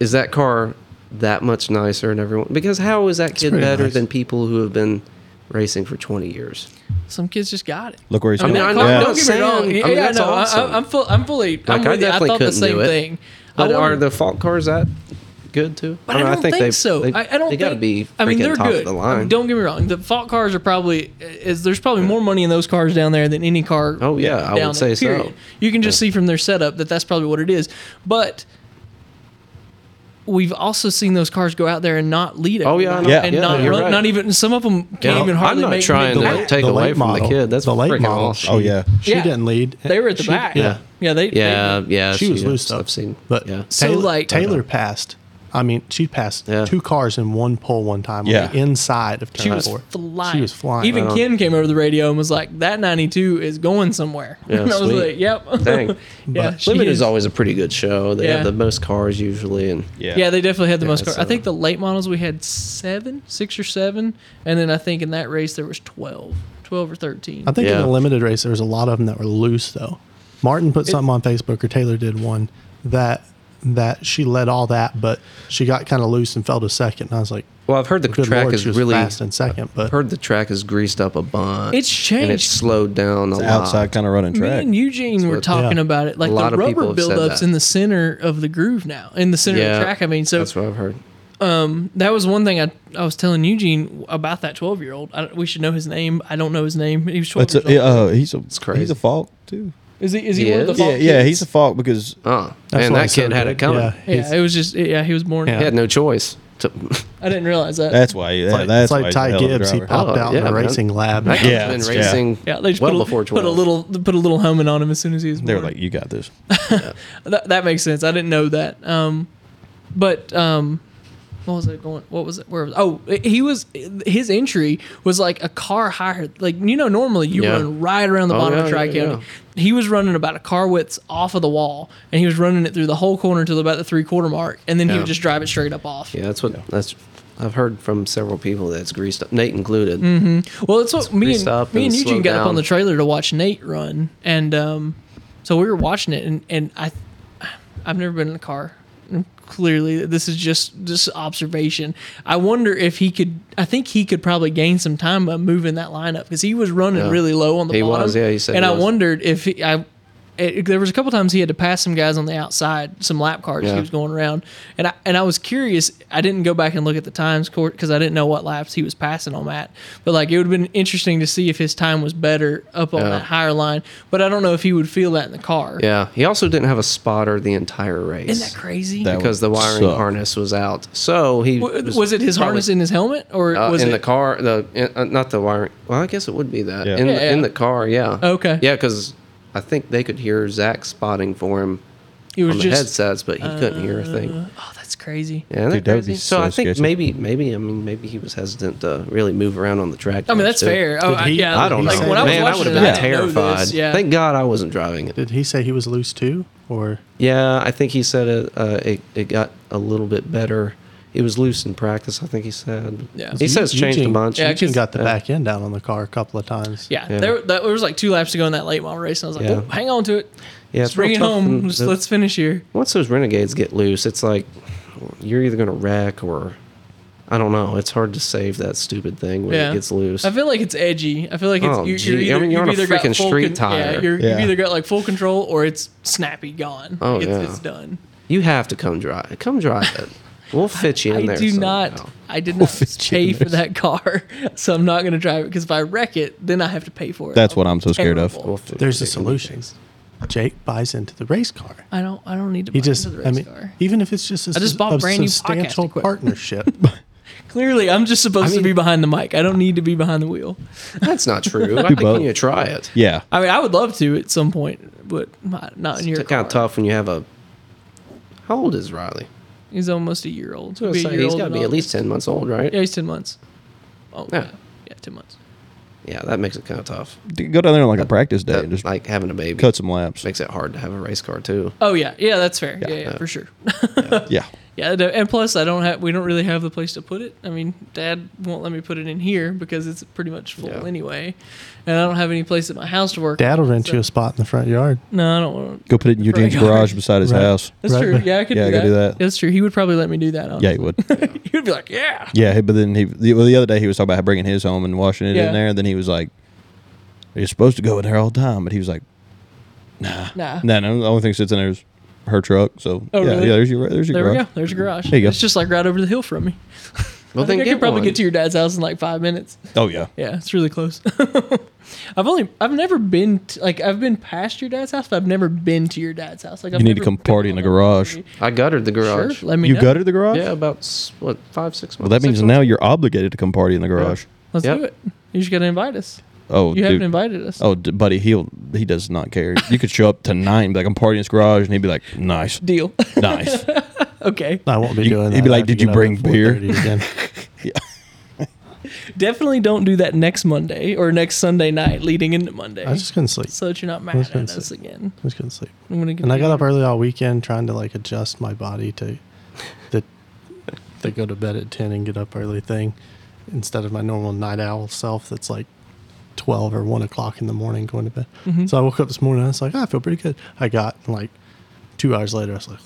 is that car that much nicer and everyone? Because how is that kid
pretty
better
nice.
than people who have been racing for twenty years?
some kids just got it?
Look where he's
I mean,
going.
I
I'm
know,
yeah.
not
don't get me
saying-
wrong. Yeah,
I mean,
I
that's
know. I-
awesome.
I, am full, I'm fully. I'm
Like I
with you. I
definitely
thought the
couldn't
same
do it.
thing. I
But are
wonder-
the fault cars that good too?
But I don't,
mean,
think,
they-
so.
They,
I, I don't.
They got to
think-
be.
I mean,
freaking
they're
top
good.
Of the line.
Don't get me wrong. The fault cars are probably is there's probably more money in those cars down there than any car.
Oh, yeah, I would
down there,
say so.
period. You can just see from their setup that that's probably what it is. But we've also seen those cars go out there and not lead.
Oh, yeah, I
everybody
know.
Yeah.
and
Yeah,
not
you're
run,
right.
not even some of them can't
Yeah.
even
I'm
hardly
not
make
trying
make
to-
the lap.
take away from the kid. That's
the late
freaking
model.
awesome.
Oh yeah,
She
Yeah.
didn't lead.
They were at the
She-
back.
Yeah.
Yeah, they.
Yeah,
they-
yeah.
She was
is.
loose up.
I've seen.
But
yeah.
So,
Taylor,
like-
Taylor passed. I mean, she passed
Yeah.
two cars in one pull one time on
Yeah.
the inside of turn
She was
four.
flying.
She was flying.
Even
Wow.
Ken came over the radio and was like, "That 92 is going somewhere."
Yeah,
and I was
sweet.
like, "Yep."
Dang.
yeah,
But
she
Limited is always a pretty good show. They
Yeah.
have the most cars usually, and
yeah,
Yeah. they definitely had the most cars. I
so-
think the late models we had seven, six or seven, and then I think in that race there was 12, 12 or thirteen.
I think in
Yeah.
the limited race, there was a lot of them that were loose though. Martin put something on Facebook, or Taylor did one that that she led all that, but she got kind of loose and fell to second. And I was like,
well, I've heard the
"Good
track
lord,
is
she was
really.
fast in second, but
Heard the track is greased up a bunch.
It's
And it's
changed.
slowed down a
It's
lot.
outside kind of running
Me
track.
and Eugene were
what-
talking
Yeah.
about it. Like
A lot
the
of people
rubber
have said
buildups
that.
in the center of the groove now, in the center of the track. I mean, so
that's what I've heard.
that was one thing I, I was telling Eugene about that 12 year old. I don't- We should know his name. I don't know his name. He was 12
It's
years
a,
old.
uh, he's a
crazy.
he's a fault too.
Is he, is he,
He
one of the
is?
Yeah,
fault
yeah,
kids?
he's a fault because
Oh,
that's
and
why
that
it's so
kid had
good.
it coming.
Yeah,
Yeah,
he's-
it was just, yeah, he was born.
He had no choice. To,
I didn't realize that.
that's why. Yeah,
like,
that's
it's like
why he's a
Ty
hell of a
Gibbs. He
driver.
popped
Oh,
out in
yeah,
the
man.
racing lab.
that kid's
Yeah,
been
yeah.
racing
yeah, they just
well
put, a,
before
put
twelve.
a little put a little helmet on him as soon as he was born.
They were like, "You got this."
That, that makes sense. I didn't know that. Um, but um, what was it going? What was it? Where was? Oh, he was. His entry was like a car higher. Like you know, normally you
Yeah.
run right around the
Oh,
bottom of
yeah,
Tri
yeah,
County. He was running about a car width off of the wall, and he was running it through the whole corner till about the three quarter mark, and then he
Yeah.
would just drive it straight up off.
Yeah, that's what that's. I've heard from several people that's greased up, Nate included.
Mm. Well, that's what me
greased
and
up
me
and
and Eugene
slowed
got up on
down.
the trailer to watch Nate run, and um, so we were watching it, and and I, I've never been in a car. And Clearly, this is just just observation. I wonder if he could. I think he could probably gain some time by moving that lineup because he was running
Yeah.
really low on the
He
bottom.
was, yeah, he said
And
he
I
was.
wondered if he, I. It, there was a couple times he had to pass some guys on the outside, some lap cars.
Yeah.
He was going around, and I and I was curious. I didn't go back and look at the times court because I didn't know what laps he was passing on that. But like it would have been interesting to see if his time was better up on
Yeah.
that higher line. But I don't know if he would feel that in the car.
Yeah, he also didn't have a spotter the entire race
Isn't that crazy?
That
because
would
the wiring
suck.
harness was out. So he
W- was, it his harness in his helmet or
Uh,
was
in
it
the car, the in, uh, not the wiring. Well, I guess it would be that
Yeah.
in the,
Yeah, yeah.
in the car. Yeah.
Okay.
Yeah, because I think they could hear Zach spotting for him
he was
on the
just
headsets, but he couldn't hear a thing.
oh that's crazy.
Yeah, isn't
Dude,
that
that would be
crazy? So,
so
I think
sketchy.
maybe, maybe I mean, maybe he was hesitant to really move around on the track.
I mean
much,
that's
too.
fair. Oh,
Did
I,
he-
yeah,
I don't
like,
know.
When I was
Man, I would
watching it,
have
I
been
didn't know
terrified.
this, Yeah.
Thank God I wasn't driving it.
Did he say he was loose too, or
Yeah, I think he said it. Uh, it, it got a little bit better. It was loose in practice. I think he said.
Yeah.
He says changed a
Eugene-
bunch.
Yeah,
Eugene
'cause-
got the back end down on the car a couple of times?
Yeah,
Yeah.
There, that, there was like two laps to go in that late model race, and I was like,
Yeah.
"Oh, hang on to it.
Yeah,
Let's
it's real
bring it
tough
home.
and
Just,
the-
let's finish here.
Once those renegades get loose, it's like you're either going to wreck or I don't know. It's hard to save that stupid thing when
Yeah.
it gets loose.
I feel like it's edgy. I feel like it's
Oh,
you,
gee. I
you're either,
mean, you're
you've
on a
either got
freaking
full
street
con- Yeah,
tire.
you're,
Yeah.
You've either got like full control or it's snappy gone.
Oh,
it's,
yeah.
it's done.
you have to come drive. Come drive it. We'll fit you in
I
there.
do not.
somehow.
I did not pay for that car, so I'm not going to drive it because if I wreck it, then I have to pay for it.
That's
I'll
what I'm so scared of.
terrible.
We'll fit
There's
you
a
in.
solution. Jake buys into the race car.
I don't. I don't need to.
He
buy
just,
another
I
race
mean,
car.
even if it's just a,
I just
s-
bought
a
brand new podcast
substantial
equipment.
partnership,
Clearly, I'm just supposed to
I
be
mean-
behind the mic. I don't need to be behind the wheel.
That's not true. I think
both.
when you try it,
Yeah.
I mean, I would love to at some point, but not, not in your
it's kind
car.
of tough when you have a. How old is Riley?
He's almost a year old.
I
He'll
was gonna
be a
say,
year
he's
old
got to
in
be at
August.
least ten months old, right?
Yeah,
Yeah,
he's ten months. Oh
Yeah.
yeah, yeah, ten months.
that makes it kind of tough.
D- Go down there on like a practice day
That-
and just
like having a baby
cut some laps.
makes it hard to have a race car too.
Oh yeah, yeah, that's fair. Yeah, yeah,
yeah.
for sure.
Yeah.
yeah, and- and plus I don't have we don't really have the place to put it. I mean, Dad won't let me put it in here because it's pretty much full
Yeah.
anyway, and I don't have any place at my house to work.
Dad will rent
So-
you a spot in the front yard.
No, I don't. want to.
Go put it in Eugene's
Right.
garage beside his
Right.
house.
That's
Right,
true.
right.
Yeah, I could
Yeah,
do,
go
that.
do that.
That's true. He would probably let me do that. Honestly.
Yeah, he would.
he would be like, yeah.
Yeah, he- but then he the the other day he was talking about bringing his home and washing it
Yeah.
in there. And then he was like, "You're supposed to go in there all the time," but he was like,
Nah.
"No, no, the only thing that sits in there is her truck." So
Ah. Oh,
yeah,
really?
yeah, there's your there's your
There we
garage.
go. There's a garage.
There you go.
It's just like right over the hill from me.
Well,
I think I could probably
one.
get to your dad's house in like five minutes.
Oh yeah,
Yeah, it's really close. I've only, I've never been t- like I've been past your dad's house, but I've never been to your dad's house. Like I've
You need to
never
come
been
party in
on that
the garage.
property.
I gutted the garage.
Sure, let me
you
know.
gutted the garage.
Yeah, about s- what five six months.
Well, that
six
means
months?
now you're obligated to come party in the garage.
Let's
Yep.
do it. You just gotta invite us.
Oh,
You haven't
dude.
invited us.
Oh, d- buddy, he'll he does not care. You could show up tonight and be like, "I'm partying in his garage," and he'd be like, "Nice,
Deal.
nice."
okay.
I won't be
You-
doing that.
he'd be like,
I have to
"Did you
get up
bring
at
beer?"
4:30 Again.
Definitely don't do that next Monday or next Sunday night leading into Monday,
I just couldn't sleep.
so that you're not mad
was
at
gonna
us
say-
again.
I just couldn't sleep.
I'm gonna give
And I
you-
got up early all weekend trying to like adjust my body to the the go to bed at ten and get up early thing instead of my normal night owl self that's like twelve or one o'clock in the morning going to bed.
Mm-hmm.
So I woke up this morning and I was like, "Ah, I feel pretty good. I got and, like two hours later I was like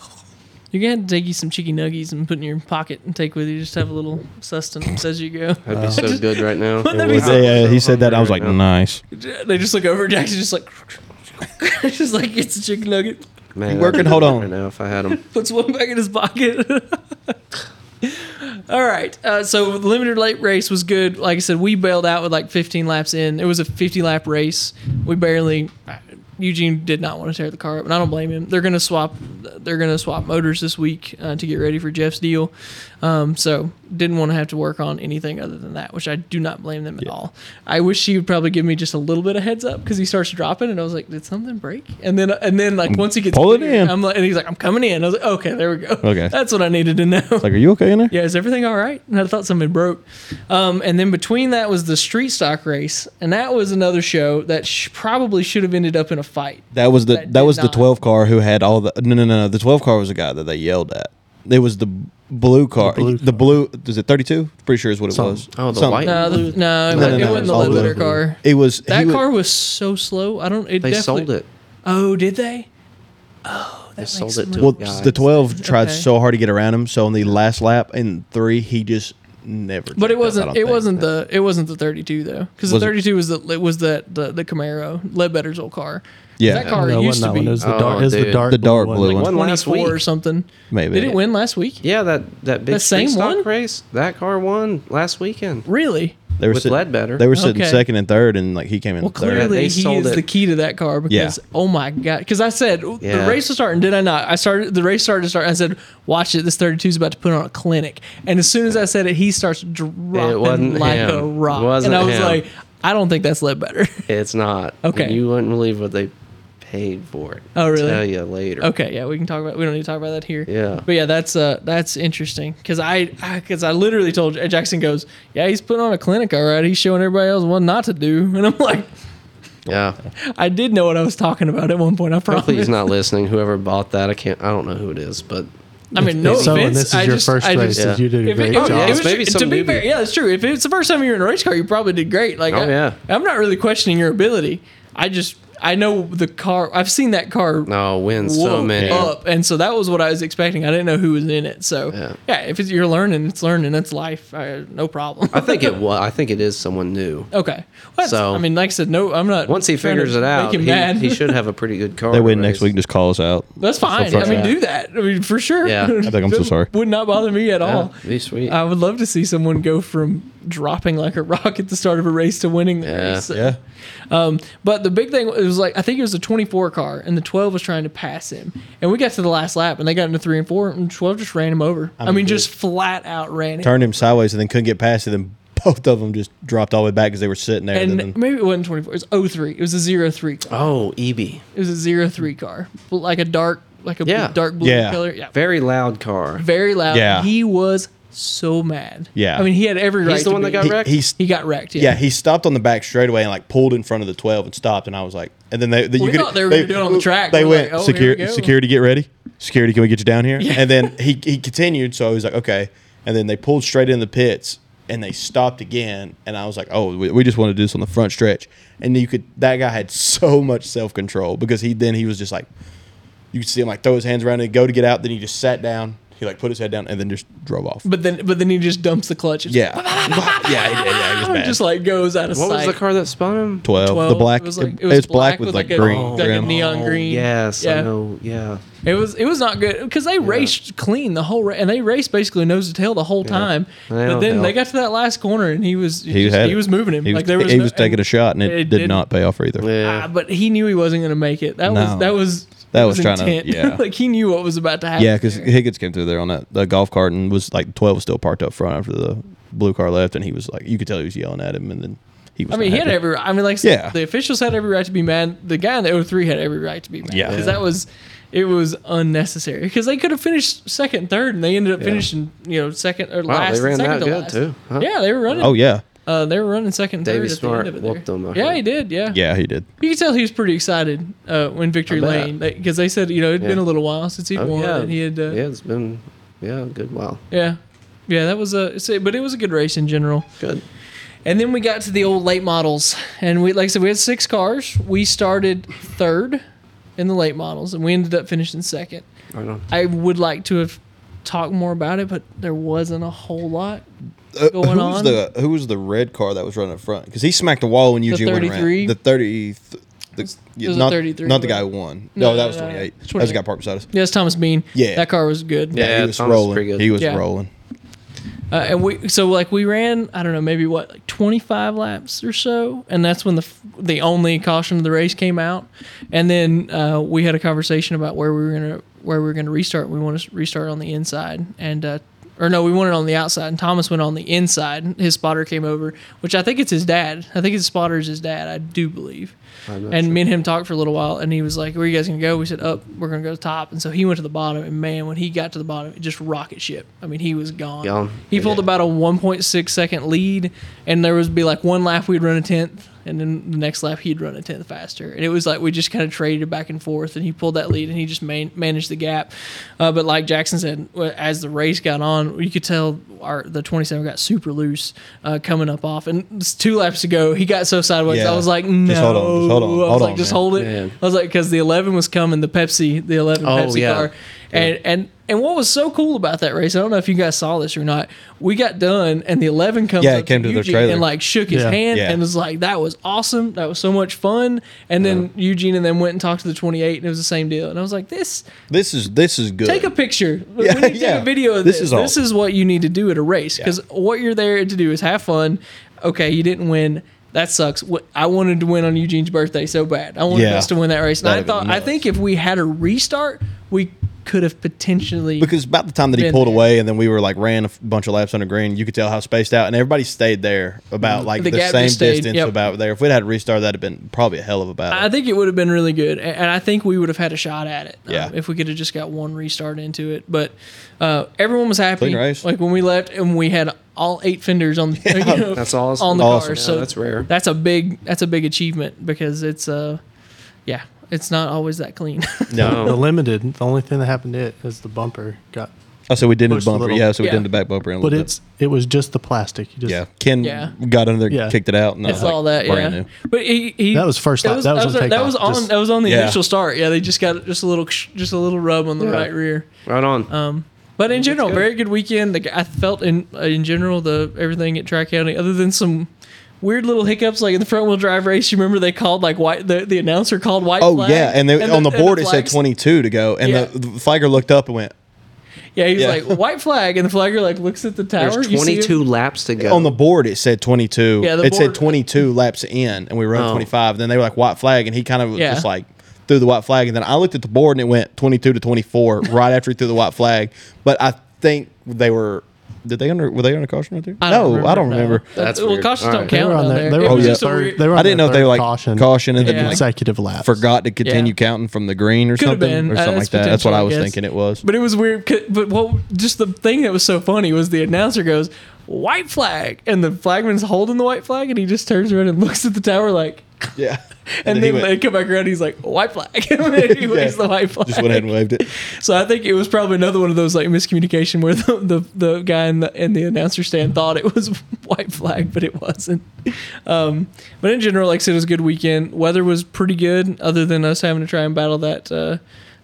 You're gonna have to take you some chicken nuggies and put in your pocket and take with you. Just have a little sustenance as you go.
That'd be so good right now.
Wouldn't that be
yeah,
so-
yeah, he said that. I was like,
Yeah.
"Nice."
They just look over at Jackson, just like, just like gets a chicken nugget,
Man,
You
I'd
working?
do
Hold
that
on.
Right now, if I had them,
puts one back in his pocket. All right. Uh, so the limited late race was good. Like I said, we bailed out with like 15 laps in. It was a 50 lap race. We barely. Eugene did not want to tear the car up, and I don't blame him. They're gonna swap. They're gonna swap motors this week uh, to get ready for Jeff's deal. Um, so didn't want to have to work on anything other than that, which I do not blame them at all. I wish he would probably give me just a little bit of heads up because he starts dropping, and I was like, did something break? And then and then like once he gets
Mm. Pull it
clear,
in.
I'm like, and he's like, I'm coming in. I was like, okay, there we go.
Okay.
that's what I needed to know.
Like, are you okay in there?
Yeah, is everything all right? And I thought something broke. Um, and then between that was the street stock race, and that was another show that sh- probably should have ended up in a fight.
That was the
That
that,
did
was the
not.
twelve car who had all the no no no no the twelve car was the guy that they yelled at. It was the blue car, the
blue
blue.
car.
is it thirty two? Pretty sure is what it
Something.
Oh,
was.
the white-
No, the, no, it, wa-
No, no,
it
no,
wasn't the
all
low
blue.
car.
It was
That
he
car
wa-
was so slow. I don't. It
they
definitely-
sold it.
Oh, did they? Oh,
They
makes
sold it
so
to
Well,
a guy.
the twelve tried
Okay.
so hard to get around him. So on the last lap in three, he just never.
But it
checked up, I
wasn't.
don't
It
think.
wasn't the. It wasn't the 32 though, because the
Was it-
32 was the it was that the, the Camaro Ledbetter's old car.
Yeah.
that car
no, it
used
wasn't
to
that one. It
be
was the
Oh,
dark it was the
dude.
dark
The dark blue one.
One last
24 or
week.
something.
Maybe.
Did it win last week?
yeah, that that big
The
street
same
stock
one?
race. That car won last weekend.
Really?
They were
with
sitting,
Ledbetter.
They were sitting
Okay.
second and third, and like he came in
Well,
third.
clearly
They
he
sold
is
it.
the key to that car because
Yeah.
oh my god! Because I said the
Yeah.
race was starting, did I not? I started the race started to start. I said, "Watch it! This 32 is about to put on a clinic." And as soon as I said it, he starts dropping
wasn't
like
him.
a rock,
It wasn't
and I was
him.
like, "I don't think that's Ledbetter."
It's not.
Okay.
You wouldn't believe what they paid for it.
Oh, really?
I'll tell you later.
Okay, yeah, we can talk about. We don't need to talk about that here.
Yeah.
but yeah, that's uh, that's interesting because I because I literally told Jackson goes, yeah, he's putting on a clinic, all right. He's showing everybody else what not to do, and I'm like,
Yeah.
I did know what I was talking about at one point. I promise.
Hopefully he's not listening. Whoever bought that, I can't. I don't know who it is, but
I mean, no
so
offense.
and this is
I
your
just,
first
I
race.
Just,
Yeah.
and You did a
If it, oh, if
great
it-
job.
it
Yes,
was,
maybe
to
some
be
newbie.
fair, yeah, that's true. If it's the first time you were in a race car, you probably did great. Like,
Oh,
I,
yeah.
I'm not really questioning your ability. I just, I know the car. I've seen that car
No, win so
whoop
many.
up, and so that was what I was expecting. I didn't know who was in it. So
Yeah.
yeah, if it's, you're learning, it's learning. That's life. I, no problem.
I think it was. I think it is someone new.
okay. Well,
So-
so I mean, like I said, no, I'm not.
Once he
trying to
figures it
make
out,
him mad.
he, he should have a pretty good car.
They win
to
next
race.
week. Just call us out.
That's fine. I
fuck
mean,
that.
do that. I mean, for sure.
Yeah. I
think I'm so
That
sorry.
Would not bother me at
Yeah,
all.
be sweet.
I would love to see someone go from dropping like a rock at the start of a race to winning the
Yeah.
race.
Yeah.
But the big thing it was like I think it was a 24 car and the 12 was trying to pass him, and we got to the last lap and they got into three and four and 12 just ran him over. I, mean,
dude.
just flat out ran him.
Turned him sideways and then couldn't get past it. Then both of them just dropped all the way back because they were sitting there. And,
And
then,
maybe it wasn't 24. It was 03. It was a 03 car.
oh, EB.
It was a 03 car, But like a dark, like a
Yeah.
dark blue
Yeah.
color. Yeah,
Very loud car.
very loud.
Yeah.
He was so mad.
Yeah.
I mean, he had every right.
He's the
to
one that
be.
got
He-
wrecked.
he's
He got wrecked.
yeah, he stopped on the back straightaway and like pulled in front of the twelve and stopped. And I was like, and then they, they
We
you could,
thought they were gonna do it on the track.
They
We're
went
like, oh, here we
security,
go."
security, get ready. Security, can we get you down here? And then he he continued. So I was like, okay. And then they pulled straight in the pits and they stopped again. And I was like, oh, we, we just want to do this on the front stretch. And you could that guy had so much self control because he then he was just like, you could see him like throw his hands around and go to get out. Then he just sat down. He like put his head down and then just drove off.
But then, but then he just dumps the clutch. It's
yeah, yeah, yeah, yeah, it was bad.
Just like goes out of
what was
sight.
the car that spun him?
12,
12,
the black
It was, like, it was
it's black, with like,
a-
green
like a
trim.
neon green.
Oh, Yes, I
Yeah.
know. Yeah.
It was it was not good because they raced clean the whole ra- and they raced basically nose to tail the whole time.
Well,
but then they
hell.
got to that last corner and he was
he,
he, just,
had
he
it.
was moving him
He was,
like there was
he
no-
was taking a shot, and it,
it
did
didn't-
not pay off either.
Ah,
Yeah.
but he knew he wasn't going to make it. That
No.
was that was
That was trying to-
intent.
yeah.
like he knew what was about to happen.
Yeah, because
there.
Higgins came through there on that the golf cart and was like twelve was still parked up front after the blue car left, and he was like, you could tell he was yelling at him, and then he was.
I mean,
not
he had
happy.
every. I mean, like I said,
Yeah.
the officials had every right to be mad. The guy in the 03 had every right to be mad.
Yeah.
because that was it was unnecessary because they could have finished second, third, and they ended up finishing you know second or
Wow,
last.
they
and
ran
second
that
to
good
last.
too. Huh?
Yeah, they were running.
Oh yeah,
Uh, they were running second, and third.
Davey
at
Smart
the end of it there.
whooped them, I
Yeah,
heard.
he did. Yeah,
yeah, he did.
You could tell he was pretty excited uh, when victory
I bet.
lane because they said you know it'd been
Yeah.
a little while since he would
Oh,
won
yeah.
and he had uh,
yeah, it's been yeah, a good while.
yeah yeah that was a it's a- but it was a good race in general.
Good.
And then we got to the old late models, and we like I said we had six cars. We started third in the late models, and we ended up finishing second.
Right on.
I would like to have talked more about it, but there wasn't a whole lot going
Uh, who was
on.
the who was the red car that was running in front? Because he smacked the wall when Eugene went around.
33?
The thirty, th- the, yeah,
was a
not
33,
not the
right?
guy who won. No,
No,
that
no,
was
no, no.
twenty eight. That was
28.
the guy parked beside us.
Yes, Thomas Bean.
Yeah.
that car was good.
Yeah,
he was
Thomas was
rolling.
pretty good.
He was
Yeah.
rolling.
Uh, and we so like we ran I don't know maybe what like 25 laps or so, and that's when the f- the only caution of the race came out, and then uh, we had a conversation about where we were gonna where we were gonna restart. We want to restart on the inside, and uh, or no, we wanted on the outside, and Thomas went on the inside. His spotter came over, which I think it's his dad. I think his spotter is his dad. I do believe.
I'm
And
not
me and him talked for a little while, and he was like, "Where you guys gonna go?" We said, "Up. We're gonna go to the top." And so he went to the bottom, and man, when he got to the bottom, it just rocket ship. I mean, he was gone.
Gone.
He pulled about a 1.6 second lead, and there was be like one lap we'd run a tenth, and then the next lap he'd run a tenth faster, and it was like we just kind of traded back and forth, and he pulled that lead, and he just man- managed the gap. Uh, but like Jackson said, w- as the race got on, you could tell our the 27 got super loose uh, coming up off, and just two laps to go, he got so sideways.
Yeah.
I was like, no,
Just hold on, just hold on,
I was
hold
like,
on,
just
man.
hold it.
Yeah.
I was like, because the 11 was coming, the Pepsi, the 11
Oh,
Pepsi
yeah.
car, and and and what was so cool about that race? I don't know if you guys saw this or not. We got done, and the 11 comes
Yeah,
up
it came to their
Eugene
trailer.
and like shook his
Yeah.
hand
Yeah.
and was like, "That was awesome. That was so much fun." And then Eugene and then went and talked to the 28, and it was the same deal. And I was like, "This
This is this is good.
take a picture. We
Yeah,
need to take
yeah.
a video of
This
this.
is
This is,
awesome.
what you need to do at a race because
Yeah.
what you're there to do is have fun. Okay, you didn't win. That sucks. What I wanted to win on Eugene's birthday so bad. I wanted
Yeah.
us to win that race. And
That'd
I
have been
thought I
nuts.
think if we had a restart, we could have potentially
because about the time that he
Been
pulled
there.
away and then we were like ran a f- bunch of laps on the green, you could tell how spaced out and everybody stayed there about like the,
Mm-hmm. The gap
same
just stayed,
distance
yep.
about there. If we'd had a restart, that'd have been probably a hell of a battle.
I think it would have been really good, a- and I think we would have had a shot at it. um,
Yeah.
if we could have just got one restart into it, but uh, everyone was happy.
Clean race.
Like when we left, and we had all eight fenders on. you know,
That's awesome.
On the
Awesome.
car,
Yeah,
so
that's rare.
That's a big. That's a big achievement because it's uh, yeah, it's not always that clean.
no,
The limited, the only thing that happened to it is the bumper got
Oh, so we did in the
Pushed a
bumper.
little.
Yeah, so we
Yeah.
did in the back bumper. And a
But
little
it's it was just the plastic. You just,
bit. yeah. Ken
Yeah.
got under there,
Yeah.
kicked it out, and I
It's
was like,
all that, yeah.
brand new.
But he, he
That was first
it
lap. That was on
that,
takeoff.
was on
Just-
that was on the
Yeah.
initial start. Yeah, they just got just a little just a little rub on the
Yeah.
right rear.
Right on.
Um, but in general, very good weekend. Like, I felt in uh, in general the everything at Tri County, other than some weird little hiccups, like in the front wheel drive race. You remember they called like white the, the announcer called white.
Oh
flag,
yeah, and, they, on the board it said
flags-
22 to go, and
Yeah.
the, the flagger looked up and went
Yeah, he's
Yeah.
like white flag, and the flagger like looks at the tower.
There's
you see him?
22 laps to go.
on the board. It said 22.
Yeah, the
it said
board-
22 laps in, and we rode
Oh.
25. Then they were like white flag, and he kind of was
Yeah.
just like threw the white flag, and then I looked at the board and it went 22 to 24 right after he threw the white flag. But I think they were. Did they under were they under caution right there?
I don't
no,
remember,
I don't
no.
remember.
That's
well,
weird.
cautions
All
don't
right.
count
They were on
down
their,
there.
they were
It
on
was
yeah.
their
just a
third,
weird-
they were on
I didn't know
their
if they
third
were like
caution
caution and then
Yeah.
like
consecutive laps.
forgot to continue counting from the green or
Could've
something
been.
or
Uh,
something
that's
like that. That's what
potential,
I
I
was
guess.
thinking it was.
But it was weird. 'cause- But what? Just the thing that was so funny was the announcer goes white flag, and the flagman's holding the white flag, and he just turns around and looks at the tower like.
yeah,
And,
he
then,
went-
they come back around. and He's like white flag, and then he waves the white flag.
just went ahead and waved it.
So I think it was probably another one of those like miscommunication where the the, the guy in the, in the announcer stand thought it was white flag, but it wasn't. Um, but in general, like I said, it was a good weekend. Weather was pretty good, other than us having to try and battle that, uh,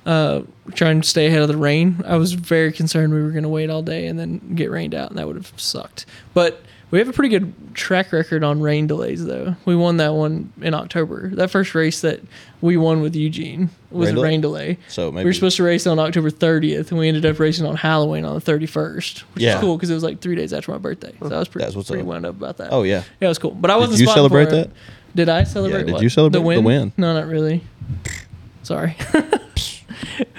uh, trying to stay ahead of the rain. I was very concerned we were going to wait all day and then get rained out, and that would have sucked. But we have a pretty good track record on rain delays, though. We won that one in October. That first race that we won with Eugene was
Rain
a
delay?
rain delay.
So
We were
maybe-
supposed to race on October 30th, and we ended up racing on Halloween on the 31st, which
Yeah.
is cool because it was like three days after my birthday. So I was pretty,
That's what's
pretty
up.
wound up about that.
Oh yeah,
yeah, it was cool. But I wasn't.
you
spotting
celebrate
for it.
that?
Did I celebrate?
did
what?
you celebrate the win?
No, not really. Sorry.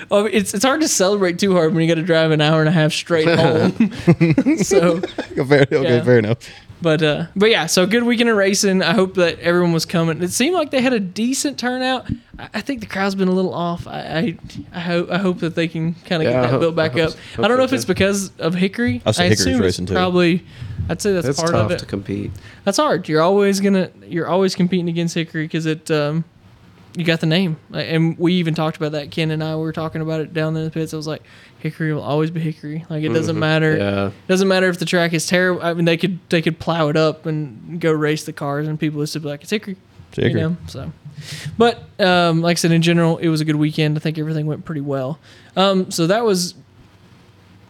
well, it's it's hard to celebrate too hard when you got to drive an hour and a half straight home. so
fair, okay,
Yeah.
fair enough.
but uh, but yeah, so good weekend of racing. I hope that everyone was coming. It seemed like they had a decent turnout. I, I think the crowd's been a little off. I I, I hope I hope that they can kind of
Yeah,
get
I
that
hope-
built
I
back
hope
up.
so.
I don't
Hope
know
they
if it's
do.
because of Hickory.
I
I
see Hickory's
assume it's
racing too.
probably. I'd say that's,
That's
part
tough
of
to
it.
compete.
That's hard. You're always gonna you're always competing against Hickory because it um, you got the name, and we even talked about that. Ken and I were talking about it down in the pits. I was like, Hickory will always be Hickory. Like it doesn't matter.
Mm-hmm. Yeah.
Doesn't matter if the track is terrible. I mean, they could they could plow it up and go race the cars, and people would still be like, it's Hickory. You
Hickory.
know, so. But um, like I said, in general, it was a good weekend. I think everything went pretty well. Um, so that was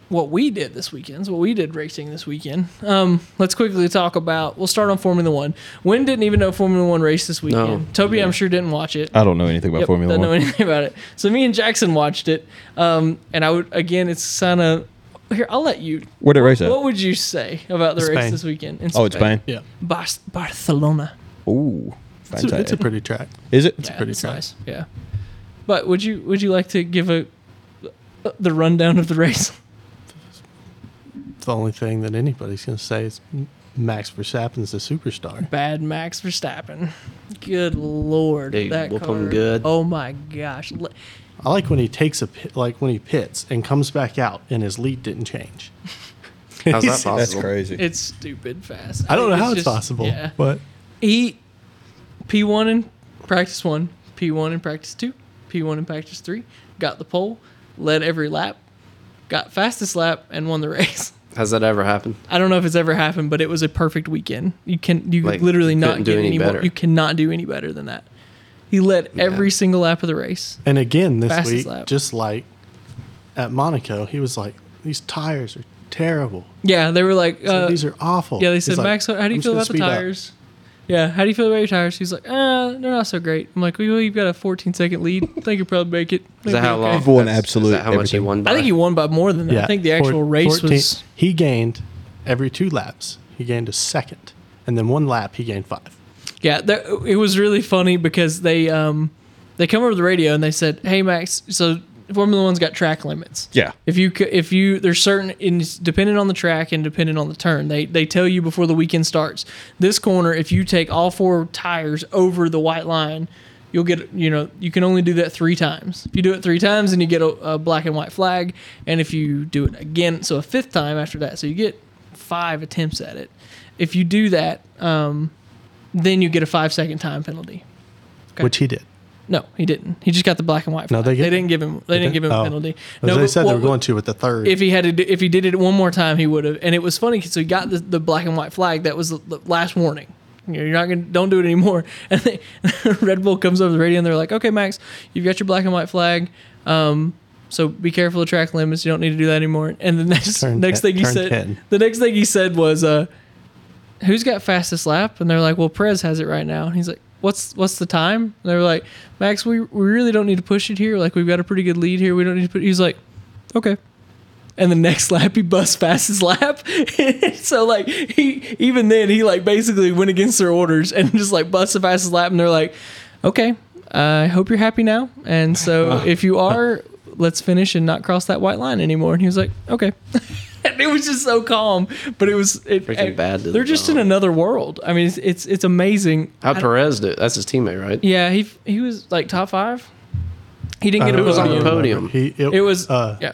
what we did this weekend. It's what we did racing this weekend. Um, let's quickly talk about. We'll start on Formula One. Wynn didn't even know Formula One race this weekend. Toby, I'm sure, didn't watch it.
I don't know anything about
Yep,
Formula
don't
One.
know anything about it. So me and Jackson watched it, um, and I would again. It's kind of here. I'll let you.
Where did it race at?
What would you say about the race
Spain.
this weekend? In
Oh, it's Spain.
Yeah,
Bar- Barcelona.
Ooh,
it's a,
fantastic.
it's a pretty track.
Is it?
yeah,
pretty
it's
tight.
nice. Yeah. But would you would you like to give a the rundown of the race?
It's the only thing that anybody's going to say is Max Verstappen's a superstar.
Bad Max Verstappen. Good lord,
They
that
whoop 'em
car.
good.
Oh my gosh. Le-
I like when he takes a pit, like when he pits and comes back out and his lead didn't change.
How's that possible?
That's crazy.
It's stupid fast.
I don't know how it's
just-
possible,
Yeah.
but
He P one in practice one, P one in practice two, P one in practice three, got the pole, led every lap, got fastest lap, and won the race.
Has that ever happened?
I don't know if it's ever happened, but it was a perfect weekend. You can you
Like,
literally
you
not
couldn't do
get
any
any more.
better.
You cannot do any better than that. He led every single lap of the race.
and again this
Fastest
week,
lap.
just like at Monaco, he was like, "These tires are terrible.
Yeah, they were like,
So
uh,
these are awful."
yeah, they
He's
said,
like,
Max, how do
"I'm
you
just
feel
gonna
about the
speed up."
tires? Yeah, how do you feel about your tires? He's like, uh, they're not so great. I'm like, well, you've got a 14 second lead. I think you'll probably make it.
Is that how long?
You've won
that's-
absolute
Is that how much he
everything.
won by?
I think he won by more than that. I think the actual
four-
race
14
was.
He gained every two laps. He gained a second, and then one lap he gained five.
Yeah, that, it was really funny because they um they come over the radio and they said, "Hey Max, so Formula One's got track limits.
Yeah.
if you c- if you there's certain and it's dependent on the track and dependent on the turn. They they tell you before the weekend starts. This corner, if you take all four tires over the white line." You'll get, you know, you can only do that three times. If you do it three times, then you get a, a black and white flag. And if you do it again, so a fifth time after that, so you get five attempts at it. If um, you do that, then you get a five second time penalty.
which he did.
No, he didn't. He just got the black and white. for
No,
that.
they get-
didn't give him. They didn't give him a
Oh.
penalty.
As
No,
they
but
said
what
they were
w-
going to with the third.
if he had to do, if he did it one more time he would have and it was funny because he got the, the black and white flag that was the, the last warning You know, you're not gonna don't do it anymore and they, red bull comes over the radio and they're like okay max you've got your black and white flag um so be careful of track limits you don't need to do that anymore and the next
Turn
next
ten-
thing he
turn
said
ten.
the next thing he said was uh who's got fastest lap and they're like well perez has it right now and he's like what's what's the time and they were like max we, we really don't need to push it here like we've got a pretty good lead here we don't need to put he's like okay and the next lap he busts past his lap. so like he even then he like basically went against their orders and just like busted past his lap and they're like, Okay, I hope you're happy now. And so if you are, let's finish and not cross that white line anymore. And he was like, Okay. and it was just so calm. But it was it,
Freaking
it-
bad to
They're
the
just in
bone.
another world. I mean it's it's, it's amazing.
How Perez do? That's his teammate, right?
Yeah, he he was like top five. He didn't
I
get a
don't
Uh, was on the
podium.
remember.
podium?
Uh, He,
It
it,
was
uh,
yeah.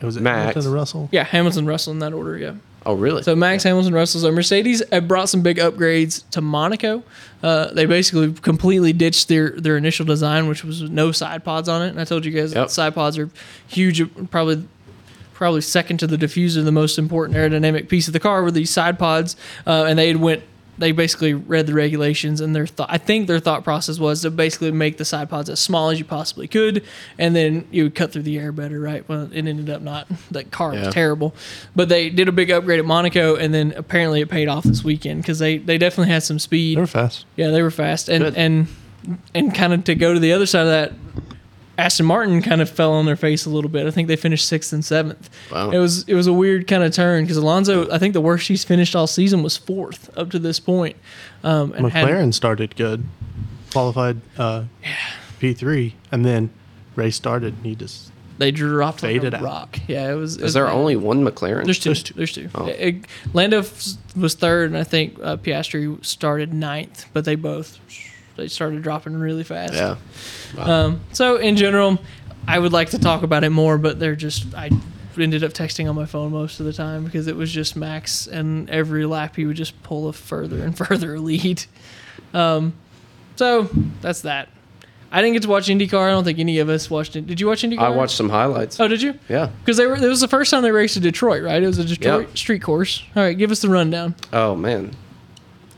it was
Max.
Hamilton and Russell.
Yeah, Hamilton Russell in that order, yeah.
Oh, really?
So Max Hamilton Russell. So Mercedes have brought some big upgrades to Monaco. Uh, they basically completely ditched their their initial design, which was no side pods on it. And I told you guys
Yep.
that side pods are huge, probably probably second to the diffuser, the most important aerodynamic piece of the car were these side pods, uh, and they had went. They basically read the regulations, and their thought. I think their thought process was to basically make the side pods as small as you possibly could, and then you would cut through the air better, right? Well, it ended up not. That car
Yeah.
was terrible, but they did a big upgrade at Monaco, and then apparently it paid off this weekend because they they definitely had some speed.
They were fast.
Yeah, they were fast, and
Good.
and and kind of to go to the other side of that, Aston Martin kind of fell on their face a little bit. I think they finished sixth and seventh.
Wow.
It was it was a weird kind of turn because Alonso, I think the worst he's finished all season was fourth up to this point. Um, and had-
McLaren started good, qualified uh, P3, and then race started and he just
they dropped like
Faded
a
out.
rock. Yeah, it was. it
Is
was
there
bad.
only one McLaren?
There's two.
There's two.
There's two.
Oh.
Yeah, it- Lando f- was third, and I think uh, Piastri started ninth, but they both they started dropping really fast.
Yeah.
Um, so in general, I would like to talk about it more, but they're just I ended up texting on my phone most of the time because it was just Max, and every lap he would just pull a further and further lead. Um, so that's that. I didn't get to watch IndyCar. I don't think any of us watched it. Did you watch IndyCar?
I watched some highlights.
Oh, did you?
Yeah.
Because they were. It was the first time they raced at Detroit, right? It was a Detroit street course. All right, give us the rundown.
Oh man.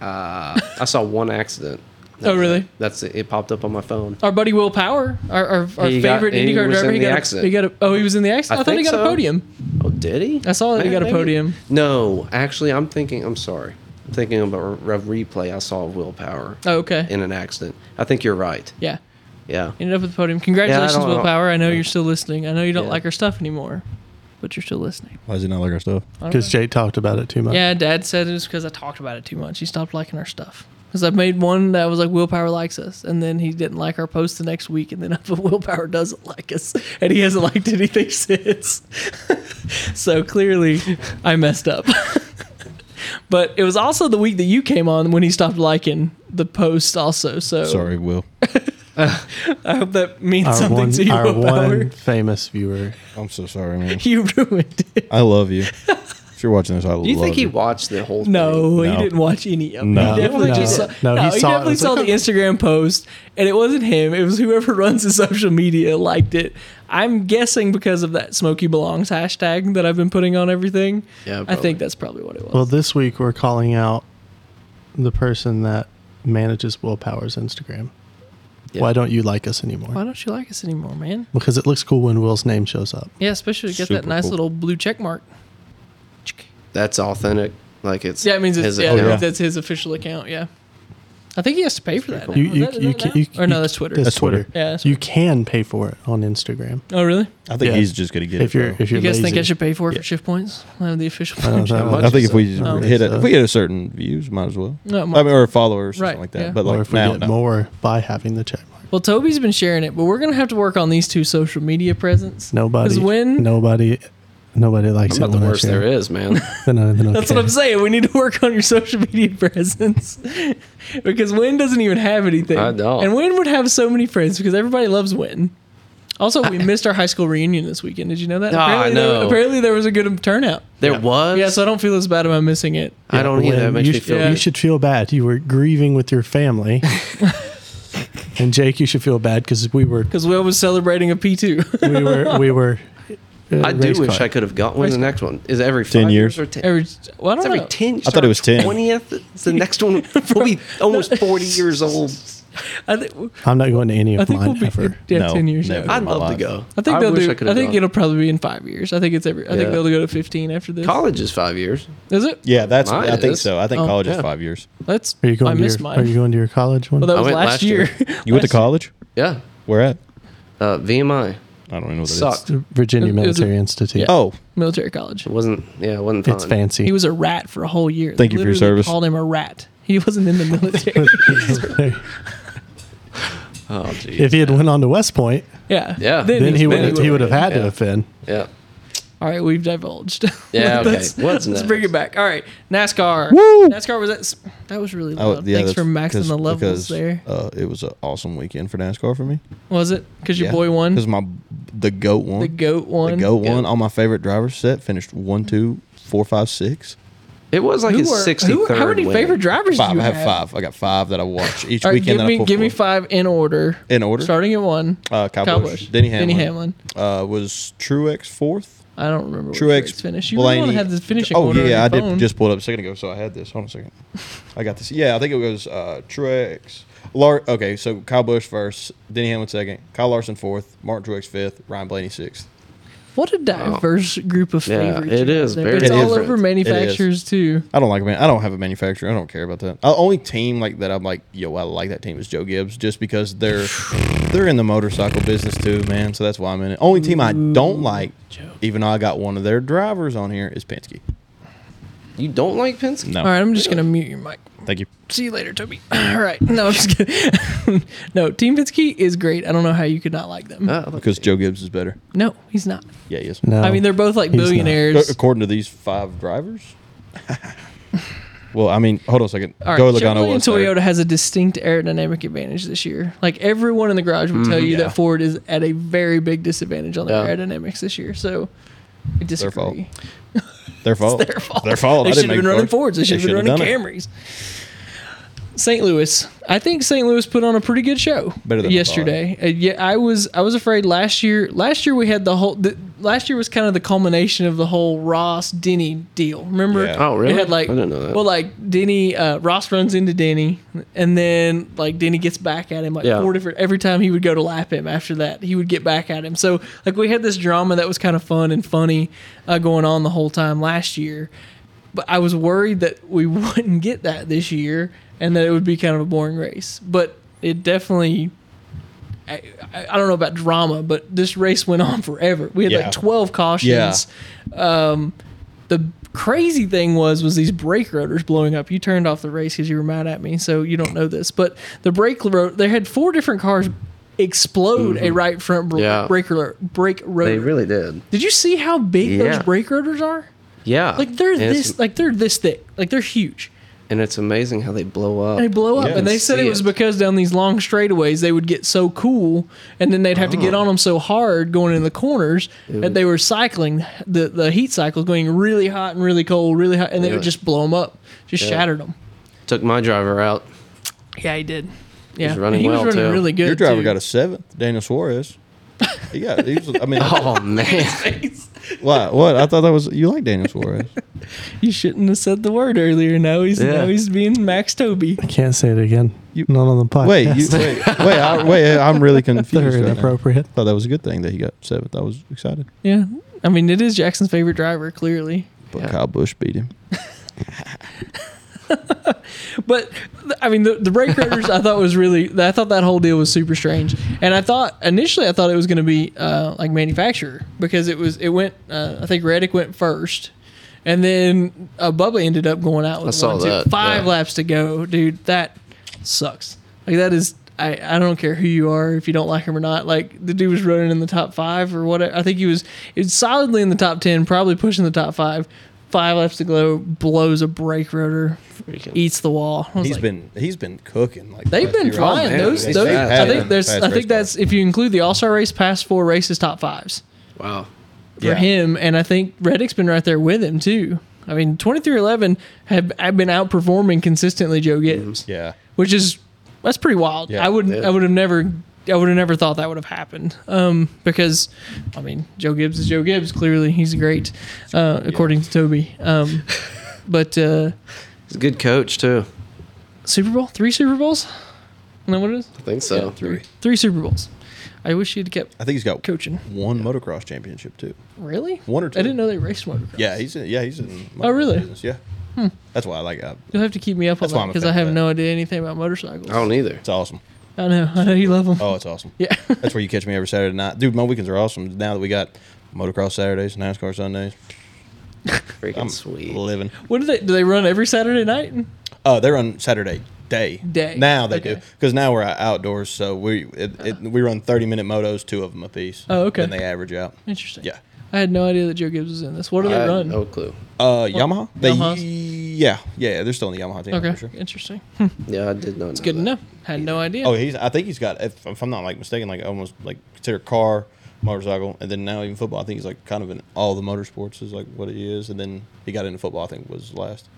Uh, I saw one accident.
Oh, really?
That's it. It popped up on my phone.
Our buddy Will Power, our our, our
He got-
favorite
he
IndyCar
was
driver,
in
he
the
got a,
accident.
he got a. Oh, he was in the accident.
I
I, thought he
think
got a
so.
podium.
Oh, did he?
I saw that he
Man,
got a
maybe-
podium.
No, actually, I'm thinking. I'm sorry. I'm thinking about a replay. I saw willpower
Oh, okay.
in an accident. I think you're right.
yeah.
Yeah.
Ended up with the podium. Congratulations,
Yeah, I don't
Will
know.
Power. I know you're still listening. I know you don't
Yeah.
like our stuff anymore, but you're still listening.
Why does he not like our stuff?
I don't
because Jay talked about it too much.
Yeah, Dad said it was because I talked about it too much. He stopped liking our stuff. Because I made one that was like Willpower likes us, and then he didn't like our post the next week, and then I put Willpower doesn't like us, and he hasn't liked anything since. so clearly, I messed up. but it was also the week that you came on when he stopped liking the post, also. So
Sorry, Will.
I hope that means
Our
something
one,
to you,
our
Willpower.
one famous viewer.
I'm so sorry, man.
You ruined it.
I love you. If you're watching this, I love
Do you think he
you.
watched the whole? thing?
No, he
No.
didn't watch any of it.
No.
he definitely
No,
just saw, no,
no, he
he,
saw it.
definitely
It's
saw
like,
the Instagram post, and it wasn't him. It was whoever runs the social media liked it. I'm guessing because of that Smokey Belongs hashtag that I've been putting on everything.
Yeah,
I
probably.
think that's probably what it was.
Well, this week we're calling out the person that manages Willpower's Instagram.
Yeah.
Why don't you like us anymore?
Why don't you like us anymore, man?
Because it looks cool when Will's name shows up.
Yeah, especially to get that
Super
nice
cool.
little blue check mark.
That's authentic. Like it's.
Yeah, it means it's,
his
yeah,
account.
yeah.
that's his official account. Yeah, I think he has to pay for that. now.
You,
Is
you,
Oh, that- is
you,
that
can-
now?
you,
or no,
you-
that's Twitter.
That's Twitter.
Yeah, that's
You can pay for it on Instagram
oh, really?
I think
Yeah.
he's just gonna get
if
it.
you're
bro.
if you're
You guys
lazy.
think I should pay for it for shift points? I have the official.
I don't
points.
know.
much.
I think if we
Oh.
hit a,
So-
if we hit a certain views, might as well.
No,
I mean, or followers, or
Right,
something like that.
yeah.
But
or
like
if we
now,
get
no.
more by having the check mark.
Well, Toby's been sharing it, but we're gonna have to work on these two social media presence.
Nobody.
Because when
Nobody. Nobody likes
I'm not
it
the
when I
worst
share
there
it.
is, man.
Then I- then
that's
okay.
what I'm saying, we need to work on your social media presence because Win doesn't even have anything.
I don't.
And Win would have so many friends because everybody loves Win. Also, we missed our high school reunion this weekend. Did you know that?
Ah, I
apparently, There,
know.
apparently there was a good turnout.
There was.
Yeah, so I don't feel as bad about missing it.
I don't
When
either. It makes
you
me
sh-
feel.
yeah.
You
good.
should feel bad. You were grieving with your family. and And Jake, you should feel bad because we were
because we was celebrating a P two
we were we were. uh,
I do
race
wish
car.
I could have got one.
Race
The next one is it every
10
five years.
years?
or ten.
every. Well, I
it's
don't
every
know.
ten.
I thought it was 10.
Twentieth. The next one will be almost forty years old.
I, think
I'm not going to any of
I think
mine
we'll be
ever.
yeah
No,
ten years.
never.
I,
I'd
my
love to
life.
go.
I think they'll
wish
do. I,
could have
think
gone.
it'll probably be in five years. I think it's every. I think
Yeah.
they'll go to fifteen after this.
college is five years.
is it?
Yeah, that's.
Mine
I think
is.
so. I think
Oh,
college is
yeah.
five years.
That's.
Are you going?
I
to
missed
your,
mine.
Are you going to your college one?
well, that
I
was
went
last,
last
year.
You went to
Last-
college?
Yeah,
Where at?
uh, VMI
I don't even know what that is.
sucked.
The Virginia
It- it was a-
Military Institute.
yeah.
Oh,
military college.
It wasn't. Yeah, it wasn't fun.
It's fancy.
He was a rat for a whole year. They
Thank you for your
literally
service.
Called him a rat. He wasn't in the military.
Oh, geez.
if he had went on to West Point,
yeah.
Yeah.
then he would he would have had to
Yeah.
have been.
yeah.
All right, we've divulged.
Yeah, okay.
Let's-
What's
let's
next?
bring it back. All right, NASCAR.
Woo!
NASCAR was that. That was really
Oh,
loud.
yeah,
Thanks
that's
for maxing
because-
the levels
because,
there.
Uh, it was an awesome weekend for NASCAR for me.
Was it because your
Yeah.
boy won?
Because my the goat won.
The goat won.
The goat
Yeah.
won. All my favorite drivers set finished one, two, four, five, six.
It was like
Who
his
are- who-
sixty third.
How many favorite drivers
Five.
do you
I
have?
have five. I got five that I watch each
All right,
weekend.
give
that I
me
pull
give me
for.
five in order.
In order?
starting at one.
Uh, Kyle,
Kyle
Busch,
Busch,
Denny Hamlin.
Denny
Uh, was Truex fourth.
I don't remember. where
Truex,
finished. You
Blaney.
really want to have the finishing
Oh
order on your
yeah, I
phone.
did just pull it up a second ago, so I had this. Hold on a second. I got this. Yeah, I think it was uh, Truex. Lar- okay, so Kyle Busch first, Denny Hamlin second, Kyle Larson fourth, Martin Truex fifth, Ryan Blaney sixth.
What a diverse group of
Yeah,
favorites.
it
you
is
have there.
very
It's all
different.
over
It is.
manufacturers too.
I don't like man. I don't have a manufacturer. I don't care about that. The only team like that I'm like, yo, I like that team is Joe Gibbs, just because they're they're in the motorcycle business too, man. So that's why I'm in it. Only team I
Mm-hmm.
don't like, even though I got one of their drivers on here, is Penske.
You don't like Penske?
No,
All right, I'm just gonna mute your mic.
thank you.
See you later, Toby. All right. No, I'm just kidding. no, Team Penske is great. I don't know how you could not like them.
Ah, look-
Because Joe Gibbs is better.
no, he's not.
Yeah, he is.
No,
I mean, they're both like
he's not.
billionaires.
Ac- According to these five drivers. well, I mean, hold on a second.
All right,
Joey
Chevrolet
Logano
and
was
Toyota
third.
has a distinct aerodynamic advantage this year. Like everyone in the garage would tell you
Mm-hmm. Yeah.
that Ford is at a very big disadvantage on their
Yeah.
aerodynamics this year. So I disagree.
fault. Their fault.
their fault.
Their fault.
They
I didn't
should have
make
been running
cars.
Fords. They should have been
should've
running
done it.
Camrys. St. Louis. I think St. Louis put on a pretty good show
Better than I
yesterday. Uh, yeah, I was I was afraid last year. Last year we had the whole. The, last year was kind of the culmination of the whole Ross Denny deal. Remember?
Yeah.
Oh, really?
It had like
I didn't know that.
well, like Denny uh, Ross runs into Denny, and then like Denny gets back at him like
Yeah.
four different. Every time he would go to lap him after that, he would get back at him. So like we had this drama that was kind of fun and funny uh, going on the whole time last year, but I was worried that we wouldn't get that this year and that it would be kind of a boring race. But it definitely. I, I I don't know about drama, but this race went on forever. We had
Yeah.
like twelve cautions
Yeah.
the crazy thing was was these brake rotors blowing up. You turned off the race because you were mad at me, so you don't know this. But the brake rotor, they had four different cars explode a right front br-
Mm-hmm. Yeah.
brake rotor. Brake rotor.
they really did.
Did you see how big
Yeah.
those brake rotors are?
Yeah,
Like they're
and it's-
this, like they're this thick, like they're huge.
and it's amazing how they blow up.
They blow up,
Yeah.
and they said it
See
was
it.
because down these long straightaways they would get so cool, and then they'd have to
Ah.
get on them so hard going in the corners that they were cycling the the heat cycles going really hot and really cold, really hot, and they
Yeah.
would just blow them up, just
Yeah.
shattered them.
Took my driver out.
Yeah, he did. Yeah,
was running
he was
well,
running
too.
really good.
Your driver
too.
got a seventh, Daniel Suarez. He got. He was, I mean,
Oh man,
why, what? I thought that was you like Daniel Suarez.
You shouldn't have said the word earlier. Now he's
Yeah.
now he's being Max Toby.
Can't say it again. Not on the podcast.
Wait, you, wait, wait, I, wait! I'm really confused.
they're
Right now.
inappropriate.
Thought that was a good thing that he got seventh. I was excited,
Yeah, I mean it is Jackson's favorite driver clearly,
but
Yeah.
Kyle Bush beat him.
but th- I mean the the brake rotors I thought was really I thought that whole deal was super strange, and I thought initially I thought it was going to be uh, like manufacturer because it was it went uh, I think Reddick went first. And then uh, Bubba ended up going out with
I saw
one, two-
that,
five
yeah.
laps to go, dude. That sucks. Like that is I, I don't care who you are if you don't like him or not. Like the dude was running in the top five or whatever. I think he was it was solidly in the top ten, probably pushing the top five. Five laps to go, blows a brake rotor, eats the wall. I was
He's
like,
been he's been cooking like
They've been flying.
man.
those,
They-
those,
they
I
have
think
been
there's, I think that's if you include the All Star race, past four races, top fives
wow.
for him, and I think Reddick's been right there with him too. I mean, twenty three eleven have have been outperforming consistently Joe Gibbs,
Yeah,
which is That's pretty wild.
Yeah,
I would
yeah.
I would have never I would have never thought that would have happened. Um, because I mean Joe Gibbs is Joe Gibbs. Clearly, he's great, uh, according to Toby. Um, but uh,
He's a good coach too.
Super Bowl three Super Bowls. Isn't that what it is?
I think so.
Three.
Three Super Bowls. I wish he'd kept
I think he's got
coaching.
one motocross championship too.
Really?
One or two.
I didn't know they raced one.
Yeah, he's in, yeah he's in.
Oh, really? Hmm.
business, Yeah, that's why I like. Uh,
You'll have to keep me up on
That's why
that
I'm a
because
fan
I
of
have
that.
no idea anything about motorcycles.
I don't either.
it's awesome.
I know. I know you love them.
Oh, it's awesome.
Yeah.
that's where you catch me every Saturday night, dude. My weekends are awesome. Now that we got motocross Saturdays, NASCAR Sundays,
Freaking
I'm
sweet.
living.
What do they do? They run every Saturday night.
Uh, they run Saturday day.
Day.
Now they do
Okay.
because now we're out- outdoors, so we it, it, we run thirty minute motos, two of them a piece.
Oh, okay.
And they average out.
Interesting.
Yeah.
I had no idea that Joe Gibbs was in this. What do they
I had
run?
no clue.
Uh, Yamaha. They,
Yamahas?
Yeah, yeah, they're still in the Yamaha team.
Okay,
For sure.
interesting.
Yeah, I did not. It's
Good enough. Had no idea.
Oh, he's. I think he's got. If, if I'm not like mistaken, like almost like consider car, motorcycle, and then now even football. I think he's like kind of in all the motorsports is like what he is, and then he got into football. I think was last.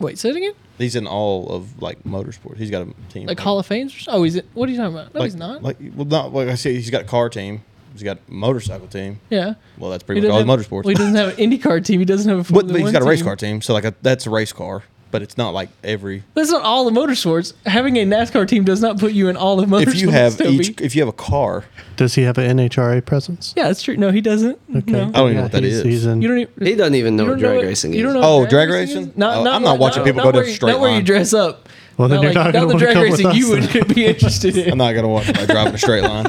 Wait, say it again.
He's in all of like motorsports. He's got a team.
Like Hall of Fames? or so- Oh, he's it. What are you talking about? No,
like,
he's not.
Like well, not like I say. He's got a car team. He's got a motorcycle team.
yeah.
Well, that's
He
pretty much all
doesn't
the
have-
motorsports.
Well, he doesn't have an IndyCar team. He doesn't have a
but,
Formula
but he's
One
got a race
team.
car team, so like a, that's a race car, but it's not like every.
That's not all the motorsports. Having a NASCAR team does not put you in all the motorsports.
If you have
Toby.
each, if you have a car,
Does he have an NHRA presence?
yeah, that's true. No, he doesn't. No.
I don't even know what that
he's,
is.
He's in
You don't even.
He doesn't even know
you
what
don't know
drag
what-
racing
you don't
is.
know
Um, Oh,
what
drag
racing?
racing?
is? Not,
Oh,
not
I'm not
like-
watching
not-
people
not
go down
where
the
you-
straight
Not where you
line.
dress up.
Well, then
not
you're
like,
not gonna
the
wanna
drag
come with
racing you
us
would be interested in.
I'm not gonna watch by driving a straight line,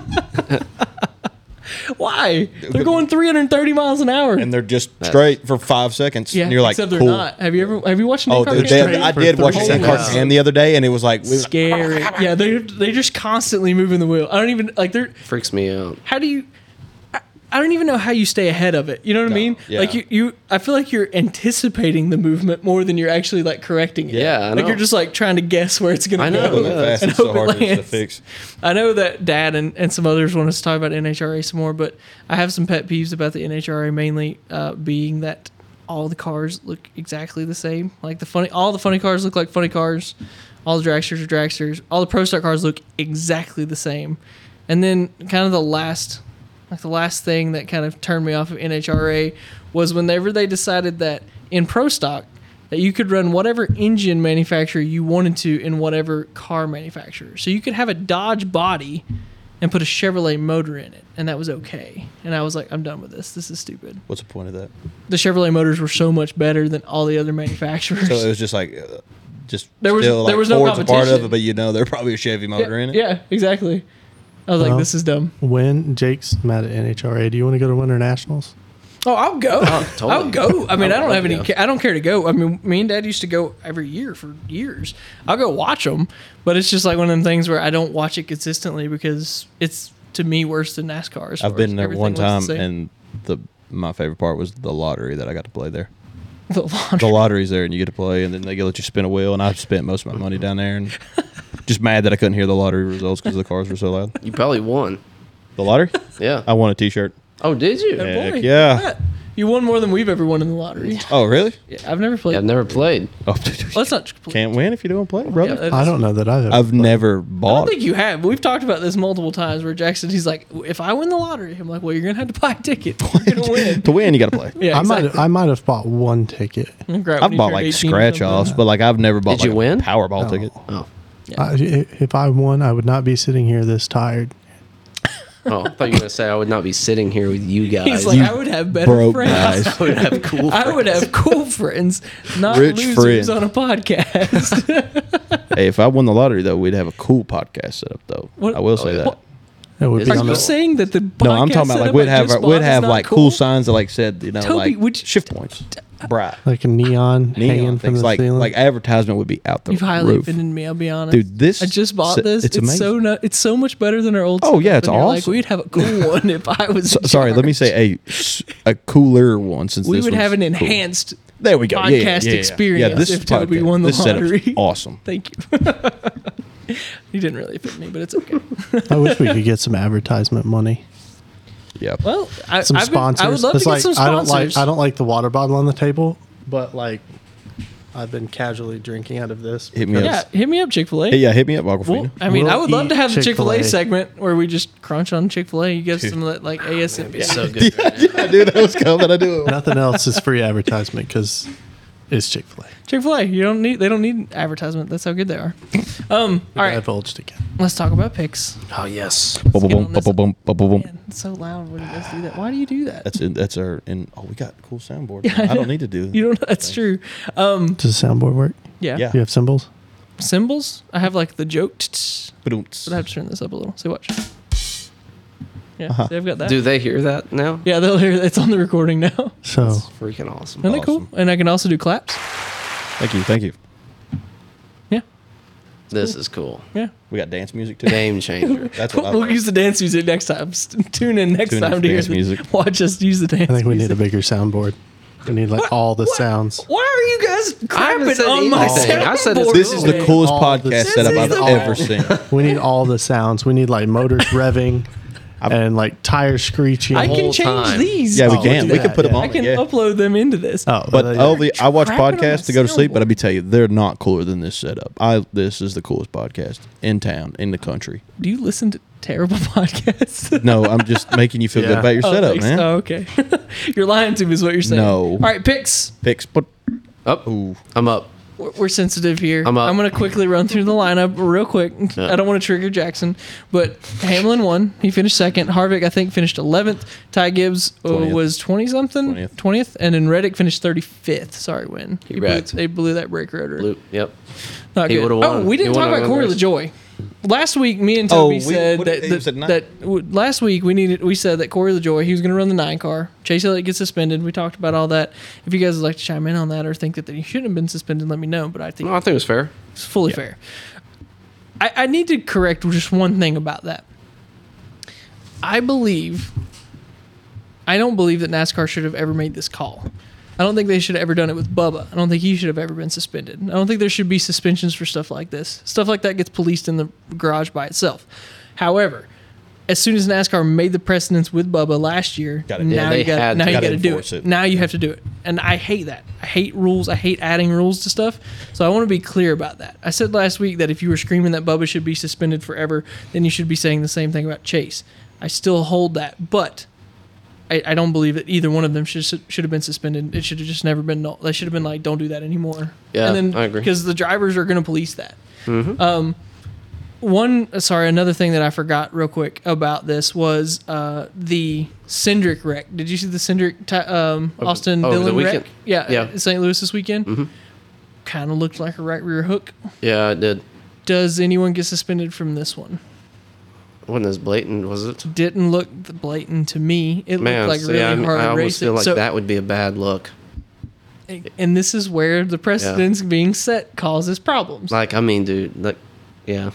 Why? They're going 330 miles an hour.
and they're just straight for five seconds,
yeah,
and you're like,
except they're
cool.
not. Have you ever? Have you watched?
Oh,
NASCAR
they,
games?
they-
Straight
I
for
did watch a
three
NASCAR
hours.
cam the other day, and it was like, we was like,
scary. Yeah, they they just constantly moving the wheel. I don't even like they're
Freaks me out.
how do you I, I don't even know how you stay ahead of it. You know what I mean?
yeah.
Like you, you I feel like you're anticipating the movement more than you're actually like correcting it.
Yeah, I
like you're
know.
just like trying to guess where it's gonna
I know.
go.
"Going that fast,
And
it's so
hope it
hard to- to
lands.
fix.
I know that Dad and, and some others want us to talk about NHRA some more, but I have some pet peeves about the NHRA mainly uh, being that all the cars look exactly the same. Like the funny, all the funny cars look like funny cars. All the dragsters are dragsters. All the pro stock cars look exactly the same. And then kind of the last, like the last thing that kind of turned me off of NHRA was whenever they decided that in pro stock that you could run whatever engine manufacturer you wanted to in whatever car manufacturer. So you could have a Dodge body and put a Chevrolet motor in it, and that was okay. And I was like, I'm done with this. This is stupid.
What's the point of that?
The Chevrolet motors were so much better than all the other manufacturers.
So it was just like, uh, just
There was-
still, like,
there was no
Ford's a part of
competition.
it, but you know, there's probably a Chevy motor in it.
yeah, exactly. I was like,
Well.
this is dumb.
when Jake's mad at NHRA. Do you want to go to Winter Nationals?
Oh, I'll go.
totally.
I'll go. I mean, I,
I
don't
would
have any.
love
I don't care to go. I mean, me and Dad used to go every year for years. I'll go watch them, but it's just like one of them things where I don't watch it consistently because it's to me worse than NASCAR. as
I've
far
been
as
there
everything
one
looks the
time,
same.
and the my favorite part was the lottery that I got to play there.
the laundry.
the lottery's there and you get to play and then they let you spin a wheel and I spent most of my money down there and just mad that I couldn't hear the lottery results because the cars were so loud.
You probably won.
The lottery?
Yeah.
I won a T-shirt.
Oh, did you? Yeah.
Heck
Boy,
yeah.
look at that. You won more than we've ever won in the lottery.
Oh really?
Yeah, I've never played.
I've never played.
Oh,
well, that's not complete.
can't win if you don't play,
Yeah,
brother.
that
I
is-
don't know that I've ever.
I've never
I don't
bought.
think you have. We've talked about this multiple times where Jackson, he's like, if I win the lottery, I'm like, well, you're going to have to buy a ticket. You're going to win.
to win, you got to play.
Yeah,
I might. I might have bought one ticket.
I've bought like scratch offs, but like I've never bought.
Did you
like,
win?
A Powerball
No.
ticket.
Oh.
I, if I won, I would not be sitting here this tired.
Oh, I thought you were going to say I would not be sitting here with you guys.
He's like, I would have better
broke
friends.
guys.
I would have cool
I would have cool friends, not
Rich
losers
friends.
on a podcast.
hey, if I won the lottery though, we'd have a cool podcast set up though.
What-
I will say that.
what-
It would be
Are
on
you
Phenomenal.
the,
saying that the
No, I'm
podcast
talking about like
setup
we'd
I
have
just
our, we'd
bought is
have
not
like cool? signs that like said you know
Toby,
like
would you- uh,
shift points, bright,
like a neon,
neon
hanging from
things
the
like
ceiling.
like advertisement would be out the
You've highly
roof.
offended me. I'll be honest,
Dude, this
I just bought
se-
this. It's,
it's
so
amazing.
no, it's so much better than our old.
Oh,
stuff,
yeah, it's
and you're Like
awesome.
we'd have a cool one if I was. in
Sorry, let me
charge.
say a s- a cooler one since
we
this
would
one's
have an
cool.
enhanced
There we go. Yeah, yeah, yeah,
podcast
yeah, yeah.
experience
Yeah, this
if Toby
podcast-
won the
this setup's
lottery.
Awesome.
Thank you. you didn't really offend me, but it's okay.
I wish we could get some advertisement money.
Yeah.
Well, I,
Some
I've been-
sponsors.
I would love
It's
to
like,
get some
I don't like.
sponsors.
I don't like the water bottle on the table, but like I've been casually drinking out of this.
Hit me
Yeah,
up.
hit me up, Chick Fil A.
Hey, yeah, hit me up, Aquafina.
Well, I mean,
We'll
I would love
eat
to have the Chick Fil
Chick-fil-A.
A segment where we just crunch on Chick Fil A. You give some of that like ASMR.
so good.
I knew that was coming. I knew it.
Nothing else is free advertisement because it's Chick Fil A.
Chick Fil A. You don't need. They don't need advertisement. That's how good they are. Um. All right.
Divulged again.
Let's talk about picks.
Oh yes.
Boom,
get
boom,
on this.
boom, boom, boom, boom.
Man, it's so loud when you guys do that. Why do you do that?
That's it. That's our and oh, we got a cool soundboard.
Yeah, I
I,
know.
don't need to do.
you don't. That's true. Um.
Does the soundboard work?
Yeah.
Yeah.
Do you have symbols?
Symbols. I have like the joke. tts,
Ba-doom-ts.
But I have to turn this up a little. See, watch. Yeah. See, I've got that.
Do they hear that now?
Yeah, they'll hear. It's on the recording now.
So
It's freaking awesome.
Isn't that cool?
Awesome.
And I can also do claps.
Thank you, thank you.
Yeah.
This is cool.
Yeah.
We got dance music too.
Game changer.
That's what I
We'll
love.
use the dance music next time. S- Tune in next
Tune in
time
for
to hear
dance
the,
music.
Watch us use the dance.
I think we need
music.
a bigger soundboard. We need like all the
What?
sounds.
Why are you guys
I haven't
crapping
said
on my
anything. I said it's
soundboard?
This is the
man?
coolest
All
podcast
the- This
setup
is
I've
the-
ever seen.
We need all the sounds. We need like motors revving and like tires screeching.
I can
whole
change
time.
these.
Yeah, we
Oh,
can.
we'll do
We can
that,
put them
yeah.
I
on.
can
yeah.
upload them into this.
oh,
But all the I watch
Crapping on my
podcasts to go to sleep, but
soundboard.
I be tell you they're not cooler than this setup. I this is the coolest podcast in town in the country.
Do you listen to terrible podcasts?
No, I'm just making you feel good
Yeah.
about your
Oh,
setup,
thanks.
man.
Oh, okay. You're lying to me, is what you're saying.
No.
All right, picks.
Picks, but
Up.
ooh,
Oh, I'm up.
We're, we're sensitive here.
I'm up.
going to quickly run through the lineup real quick.
Yeah.
I don't want to trigger Jackson, but Hamlin won. He finished second. Harvick, I think, finished 11th. Ty Gibbs uh,
20th.
was 20 something,
20th.
20th. And then Reddick finished 35th. Sorry, win. He blew,
wrecked.
they blew that brake rotor.
Loop. Yep.
Not
He
good.
would've
Oh,
won.
we didn't
He
talk
would've
about
won
Corey
those.
LaJoy. Last week, me and
Oh,
Toby
we-
said
what-
that,
it
that,
was at nine?
that w- last week we needed we said that Corey LaJoy he was going to run the nine car. Chase Elliott gets suspended. We talked about all that. If you guys would like to chime in on that or think that he shouldn't have been suspended, let me know. But I think
No, I think it was fair.
it's fully fair. I, I need to correct just one thing about that. I believe, I don't believe that NASCAR should have ever made this call. I don't think they should have ever done it with Bubba. I don't think he should have ever been suspended. I don't think there should be suspensions for stuff like this. Stuff like that gets policed in the garage by itself. However, as soon as NASCAR made the precedence with Bubba last year,
Gotta-
now
Yeah,
you
they
got
had
now
to.
you
Gotta
got to do
enforce
it.
it.
Now you have to do it, and I hate that. I hate rules. I hate adding rules to stuff. So I want to be clear about that. I said last week that if you were screaming that Bubba should be suspended forever, then you should be saying the same thing about Chase. I still hold that, but I, I don't believe that either one of them should should have been suspended. It should have just never been. They should have been like, don't do that anymore.
Yeah,
and then,
I agree. Mm-hmm.
Because the drivers are going to police that. Um, one sorry, another thing that I forgot real quick about this was uh, the Cindric wreck. Did you see the Cindric ti- um, Austin
over the
Dillon wreck?
weekend.
Yeah,
Yeah. Mm-hmm.
in St. Louis this weekend. Kind of looked like a right rear hook.
Yeah, it did.
Does anyone get suspended from this one?
Wasn't as blatant, was it?
Didn't look blatant to me. It
Man,
looked like
see,
really
I'm-
hard
I almost
racing.
feel like
So-
that would be a bad look.
and this is where the precedence being set causes problems.
Like, I mean, dude, like, yeah.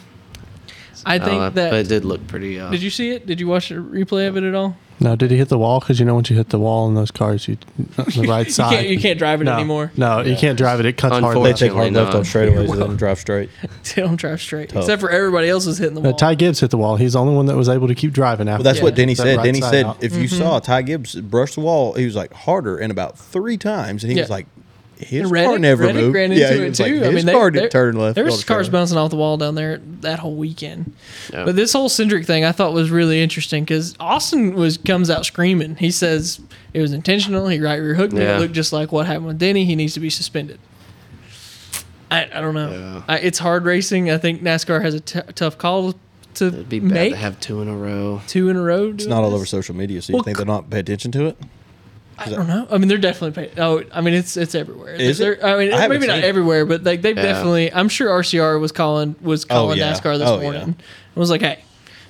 I think
Uh,
that.
but it did look pretty. Uh,
did you see it? Did you watch a replay of it at all?
No, did he hit the wall? Because you know, once you hit the wall in those cars, you the right
You
side.
can't. You can't drive it
no,
anymore.
No, you can't drive it. It cuts hard.
they
left.
Unfortunately.
take
Absolutely
hard left on
not.
straightaways and then drive straight.
They don't drive straight, except for everybody else was hitting the
Uh,
wall.
Ty Gibbs hit the wall. He's the only one that was able to keep driving after.
Well, that's what
Yeah. Mm-hmm.
Denny
That
said.
right
Denny
side
said
out.
if you saw Ty Gibbs brush the wall, he was like harder and about three times, and he
Yeah.
was like, his
And Reddick-
car never
Reddick
moved.
ran
yeah,
into
he
it
was like,
too.
his
I mean, they,
car
they-
didn't turn left.
There
all
was
the
cars
time.
bouncing off the wall down there that whole weekend.
Yeah.
But this whole Cindric thing, I thought was really interesting because Austin was comes out screaming. He says it was intentional. He right rear hooked me.
Yeah.
It looked just like what happened with Denny. He needs to be suspended. I, I don't know.
Yeah.
I, it's hard racing. I think NASCAR has a t- tough call to
It'd be bad
make
to have two in a row.
two in a row.
It's not all over social media, so you
Well,
think they're not pay attention to it?
I don't know. I mean, they're definitely paid. Oh, I mean, it's it's everywhere.
Is
They're-
it?
I mean,
I haven't
maybe not
seen it.
everywhere, but like they've
Yeah.
definitely. I'm sure RCR was calling was calling
yeah.
NASCAR this
Oh, yeah.
morning. I was like, hey,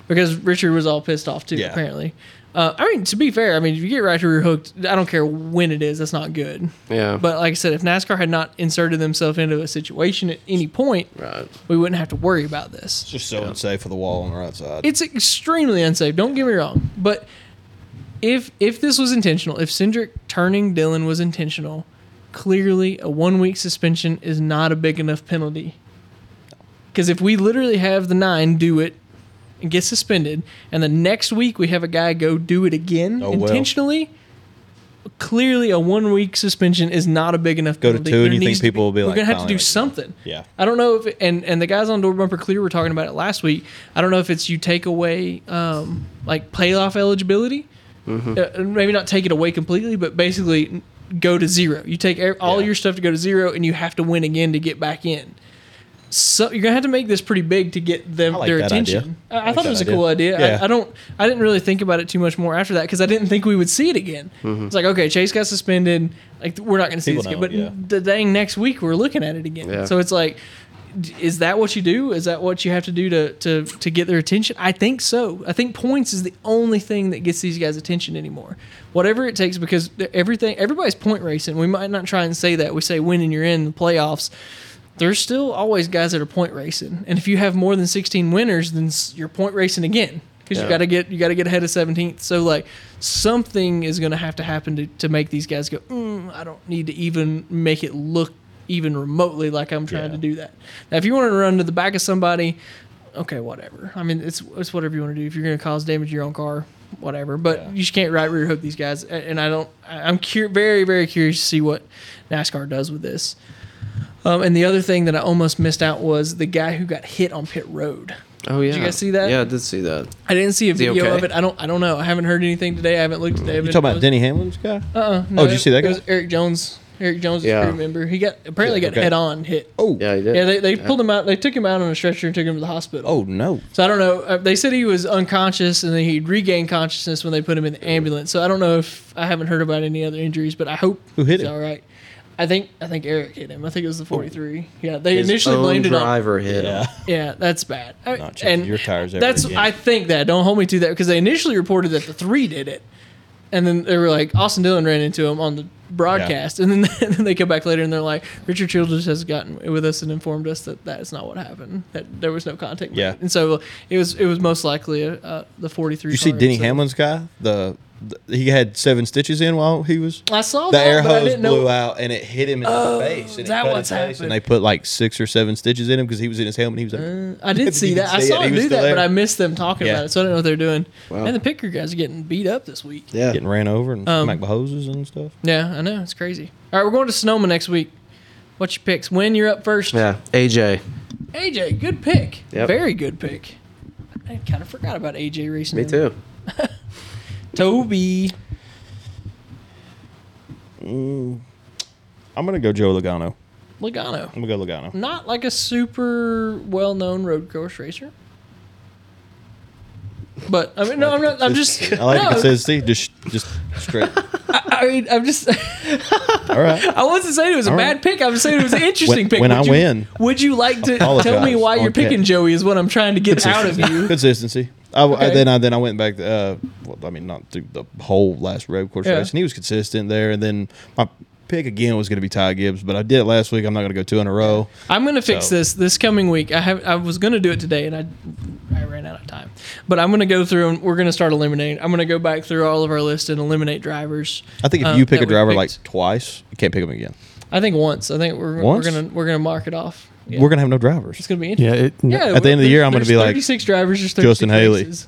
because Richard was all pissed off too.
Yeah.
Apparently, uh, I mean, to be fair, I mean, if you get right to rear hooked, I don't care when it is. That's not good.
Yeah.
But like I said, if NASCAR had not inserted themselves into a situation at any point,
Right.
we wouldn't have to worry about this
It's just so unsafe for the wall on the right side.
it's extremely unsafe. Don't get me wrong, but if if this was intentional, if Cindric turning Dylan was intentional, clearly a one week suspension is not a big enough penalty. Because if we literally have the nine do it and get suspended, and the next week we have a guy go do it again
Oh, well.
intentionally, clearly a one week suspension is not a big enough.
Go to
penalty.
two and
There
you think
needs to
people will be
We're
like,
gonna have to
finally,
do
like,
something.
Yeah.
I don't know if and and the guys on Door Bumper Clear were talking about it last week. I don't know if it's you take away um, like playoff eligibility,
Mm-hmm.
Uh, maybe not take it away completely, but basically n- go to zero. You take e- all
Yeah.
your stuff to go to zero, and you have to win again to get back in. So you're gonna have to make this pretty big to get them
I like
their
that idea.
attention. I, I
I like
thought it
that
was a
idea.
cool idea.
Yeah.
I, I don't. I didn't really think about it too much more after that because I didn't think we would see it again. It's like okay, Chase got suspended. Like we're not gonna see
Mm-hmm. People
this again.
know,
But
yeah.
the dang next week we're looking at it again.
Yeah.
So it's like, d- is that what you do? Is that what you have to do to to to get their attention? I think so. I think points is the only thing that gets these guys' attention anymore. Whatever it takes, because th- everything everybody's point racing. We might not try and say that. We say win and you're in the playoffs. There's still always guys that are point racing, and if you have more than 16 winners, then s- you're point racing again because you
Yeah.
got to get you got to get ahead of 17th. So like something is going to have to happen to, to make these guys go. Mm, I don't need to even make it look even remotely like I'm trying
Yeah.
to do that. Now if you want to run to the back of somebody, okay, whatever. I mean it's it's whatever you want to do. If you're going to cause damage to your own car, whatever. But
Yeah.
you just can't right rear hook these guys. A- And I don't. I- I'm cur- very very curious to see what NASCAR does with this. Um, and the other thing that I almost missed out was the guy who got hit on pit road.
Oh yeah.
you guys see that?
Yeah, I did see that.
I didn't see a
he
video
okay?
of it. I don't. I don't know. I haven't heard anything today. I haven't looked today.
You talking about Denny Hamlin's guy?
Uh. uh
Oh, did you see that
It
guy?
was Eric Jones. Eric Jones is
Yeah.
a crew member. He got apparently
Yeah,
got
okay.
head on hit.
oh,
Yeah, he did.
Yeah, they, they pulled him out. They took him out on a stretcher and took him to the hospital.
oh no.
So I don't know. Uh, They said he was unconscious and then he regained consciousness when they put him in the ambulance. So I don't know if I haven't heard about any other injuries, but I hope
Who hit
he's
him?
all right. I think I think Eric hit him. I think it was the 43. Yeah, they
Oh. His
initially
own
blamed it on
driver hit him.
Yeah.
yeah, that's bad. I-
Not changing your tires ever
That's
again.
I think that. Don't hold me to that because they initially reported that the three did it, and then they were like Austin Dillon ran into him on the broadcast, and then and then they come back later and they're like Richard Childress has gotten with us and informed us that that is not what happened. That there was no contact. made."
Yeah.
and so it was it was most likely uh, the forty three.
You see Denny Hamlin's guy? The, the he had seven stitches in while he was.
I saw
The
that,
air
but I
hose
didn't know. Oh,
blew out and it hit him in the face. And it
that
cut
what's
his face,
happened.
And they put like six or seven stitches in him because he was in his helmet. He was like,
I did see
You
that.
can
I
see it.
saw
He
him
was
do
still
that,
there.
but I missed them talking
Yeah.
about it, so I don't know what they're doing.
Wow.
And the picker guys are getting beat up this week.
Yeah.
getting ran over and
Um,
smacked by hoses and stuff.
Yeah, I know. It's crazy. All right, we're going to Sonoma next week. What's your picks? When you're up first.
Yeah. AJ.
AJ, good pick.
Yep.
Very good pick. I kind of forgot about AJ recently.
Me too.
Toby. mm.
I'm gonna go Joe Logano.
Logano.
I'm gonna go Logano.
Not like a super well known road course racer. But I mean, no, I'm not. I'm just.
I like
no,
it says see just just straight.
I mean, I'm just.
All right.
I wasn't saying it was a
All
bad
right.
pick. I was saying it was an interesting
When-
pick.
when
Would
I
you-
win,
would you like to tell me
apologize
why
on
you're picking
that.
Joey? Is what I'm trying to get out of you.
Consistency. I, I-
Okay.
then I then I went back. To, uh, well, I mean, not through the whole last road course
Yeah.
race, and he was consistent there. And then my pick again was going to be Ty Gibbs, but I did it last week. I'm not going to go two in a row.
I'm gonna fix
So-
this this coming week. I have I was gonna do it today and I I ran out of time. But I'm gonna go through and we're gonna start eliminating. I'm gonna go back through all of our list and eliminate drivers.
I think if
uh,
you pick
that
a
we
driver
picked.
like twice, you can't pick him again.
I think once. I think we're,
Once?
we're gonna we're gonna mark it off. Yeah.
We're going to have no
it's
drivers.
gonna be
Yeah,
interesting.
it,
Yeah.
At the end of the year, I'm gonna
there's
be like,
36 drivers, there's 36
Justin Haley.
races.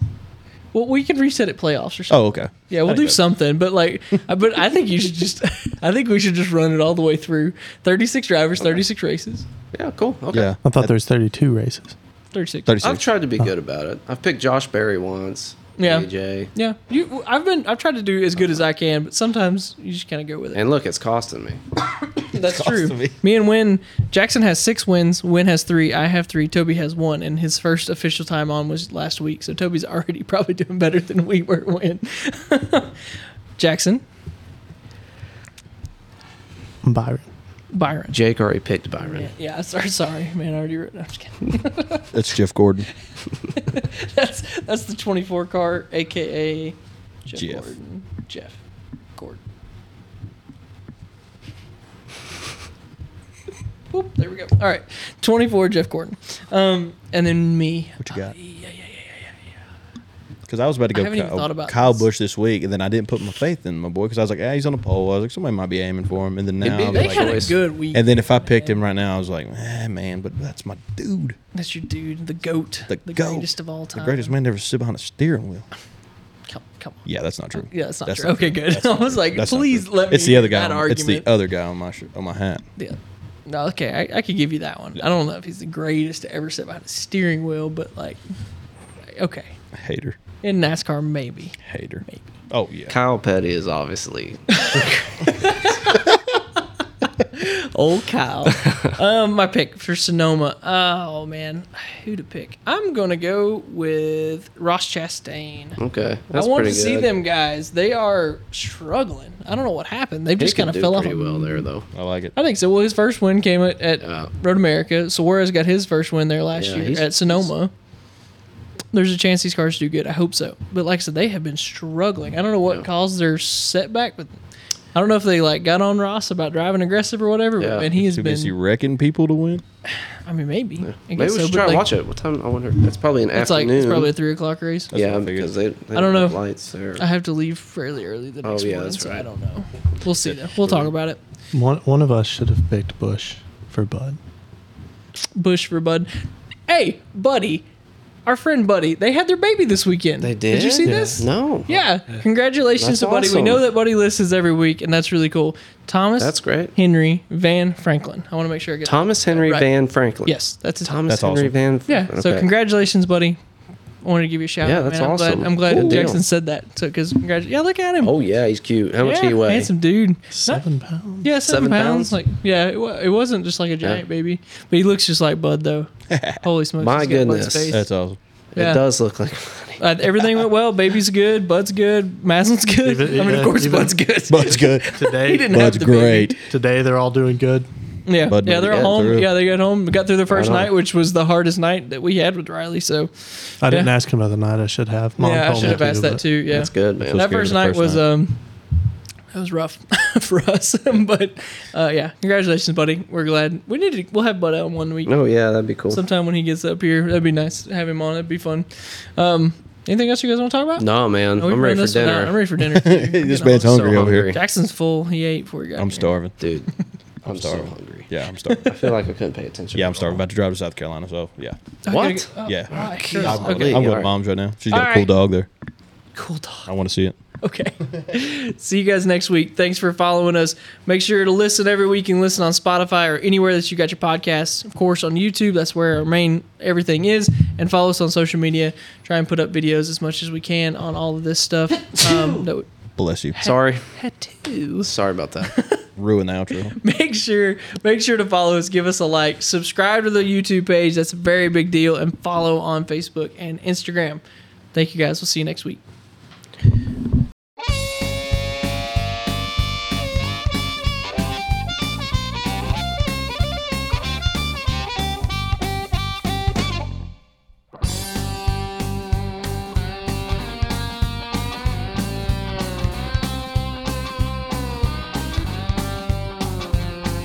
Well, we can reset it playoffs or something.
Oh, okay.
Yeah, we'll
I
do
think that-
something, but like, I- but I think you should just, I think we should just run it all the way through. Thirty-six drivers, thirty-six races,
Yeah. Cool. Okay.
Yeah.
I thought there was 32 races.
thirty-six.
36.
I've tried to be good about it. I've picked Josh Berry once.
Yeah.
AJ.
Yeah, you. I've been. I've tried to do as good as I can, but sometimes you just kind of go with it.
And look, it's costing me.
That's true.
to
Me.
me.
and Win. Jackson has six wins. Win has three. I have three. Toby has one, and his first official time on was last week. So Toby's already probably doing better than we were. Win. Jackson,
Byron.
Byron.
Jake already picked Byron.
Yeah, yeah, sorry, sorry, man. I already. Wrote, no, I'm just kidding.
That's Jeff Gordon.
That's that's the 24 car, aka Jeff.
Jeff.
Gordon. Jeff Gordon. Whoop, there we go. All right, 24 Jeff Gordon, um, and then me.
What you got?
Uh, Yeah, yeah, yeah.
Because I was about to go
haven't even thought
Kyle,
about
Kyle
this.
Bush this week, and then I didn't put my faith in my boy because I was like, yeah, he's on a pole. I was like, somebody might be aiming for him. And then now,
be
I was
They
like,
had
boys.
a good week.
and then if I picked him right now, I was like, eh, man, but that's my dude.
that's your dude, the goat,
The,
the
GOAT.
greatest of all time,
The greatest man to ever sit behind a steering wheel.
Come, come on.
Yeah, that's not true.
Yeah, that's not
That's
true.
not
okay, good. I was like,
That's not
please
true.
let me.
It's the other guy.
That
On,
argument.
it's the other guy on my shirt, on my hat.
Yeah. No, okay, I, I could give you that one. I don't know if he's the greatest to ever sit behind a steering wheel, but like, okay,
Hater,
in NASCAR maybe.
hater. Oh yeah.
Kyle Petty is obviously
Old Kyle. um, my pick for Sonoma. Oh man, who to pick? I'm gonna go with Ross Chastain.
okay. That's
I want to
pretty
see
good.
them guys. They are struggling. I don't know what happened. They
He
just
could
kind of
do
fell off.
pretty
a-
well there though.
I like it.
I think so. Well, his first win came at, at
Yeah.
Road America. Suarez got his first win there last
Yeah,
year
he's-
at Sonoma. There's a chance these cars do good. I hope so. But like I said, they have been struggling. I don't know what
Yeah.
caused their setback, but I don't know if they like got on Ross about driving aggressive or whatever.
Yeah.
But and he has
Too
been.
busy wrecking people to win.
I mean, maybe. I
Maybe we should try to watch it. What time? I wonder. It's probably an
It's like
afternoon.
it's probably a three o'clock race.
That's
yeah,
what I figured.
because they, they
I don't
have
know.
lights there.
I have to leave fairly early the
Oh,
next
yeah,
morning,
that's
so I
right.
don't know. We'll see though. We'll talk about it.
One one of us should have picked Bush for Bud.
Bush for Bud. Hey, buddy, our friend Buddy, they had their baby this weekend.
They did.
Did you see
Yeah.
this?
No.
Yeah, congratulations
That's
to Buddy.
awesome.
We know that Buddy listens every week, and that's really cool. Thomas,
That's great.
Henry Van Franklin. I want to make sure I get
Thomas Henry
Right.
Van Franklin.
Yes, that's his
Thomas
That's
Henry
awesome.
Van. Franklin.
Yeah. So congratulations, buddy. I wanted to give you a shout.
Yeah,
out,
that's
man. I'm
awesome.
Glad, I'm glad
Good
Jackson
deal.
said that. So because congratulations. Yeah, look at him.
Oh yeah, he's cute. How much
yeah,
he weigh?
Handsome dude. Not-
Seven pounds.
yeah, seven,
Seven
pounds.
pounds?
Like, yeah, it, wa- it wasn't just like a giant baby, but he looks just like Bud though. Holy smokes!
My
he's got Bud's
goodness.
face.
That's awesome.
yeah.
It does look like.
Uh, everything went well. Baby's good. Bud's good. Maslin's good.
Even-
I mean, of
yeah,
course,
even-
Bud's good.
Bud's good.
Today
he didn't
Bud's
have the baby.
great.
Today they're all doing good.
Yeah,
Bud
yeah,
made
they're
it
home.
through.
Yeah, they got home. Got through the first
Right on.
night, which was the hardest night that we had with Riley. So
I didn't
Yeah.
ask him other night. I should have. Mom
yeah, I
told
should
me
have
to,
asked that
but
too. Yeah,
That's good, man.
That's
That
good
first
the
night
first
was
night.
um, that was rough for us. but uh, yeah, congratulations, buddy. We're glad. We need to. We'll have Bud on one week
Oh yeah, that'd be cool.
sometime when he gets up here. That'd be nice. to Have him on. That'd be fun. Um, anything else you guys want to talk about?
no man,
Oh, we
I'm
ran
ready for
this one out. I'm
dinner,
ready for dinner. too. I'm
this
getting
man's
all- so
hungry over here.
hungry.
Jackson's full. He ate before he got.
I'm
here.
starving.
dude. I'm so
starving.
hungry.
Yeah, I'm starving.
I feel like I couldn't pay attention.
yeah, I'm starving. About to drive to South Carolina, so yeah.
I gotta
What?
get- oh,
Yeah.
all right, sure.
God.
Okay.
I'm
All
with
right.
mom's right now. She's got
All
a cool
right.
dog there.
Cool dog.
I want to see it.
Okay. See you guys next week. Thanks for following us. Make sure to listen every week. You can listen on Spotify or anywhere that you got your podcasts. Of course, on YouTube. That's where our main everything is. And follow us on social media. Try and put up videos as much as we can on all of this stuff. Um, that we
Bless you.
Sorry,
had to.
sorry about that.
Ruin the outro.
Make sure, make sure to follow us. Give us a like. Subscribe to the YouTube page. That's a very big deal. And follow on Facebook and Instagram. Thank you guys. We'll see you next week.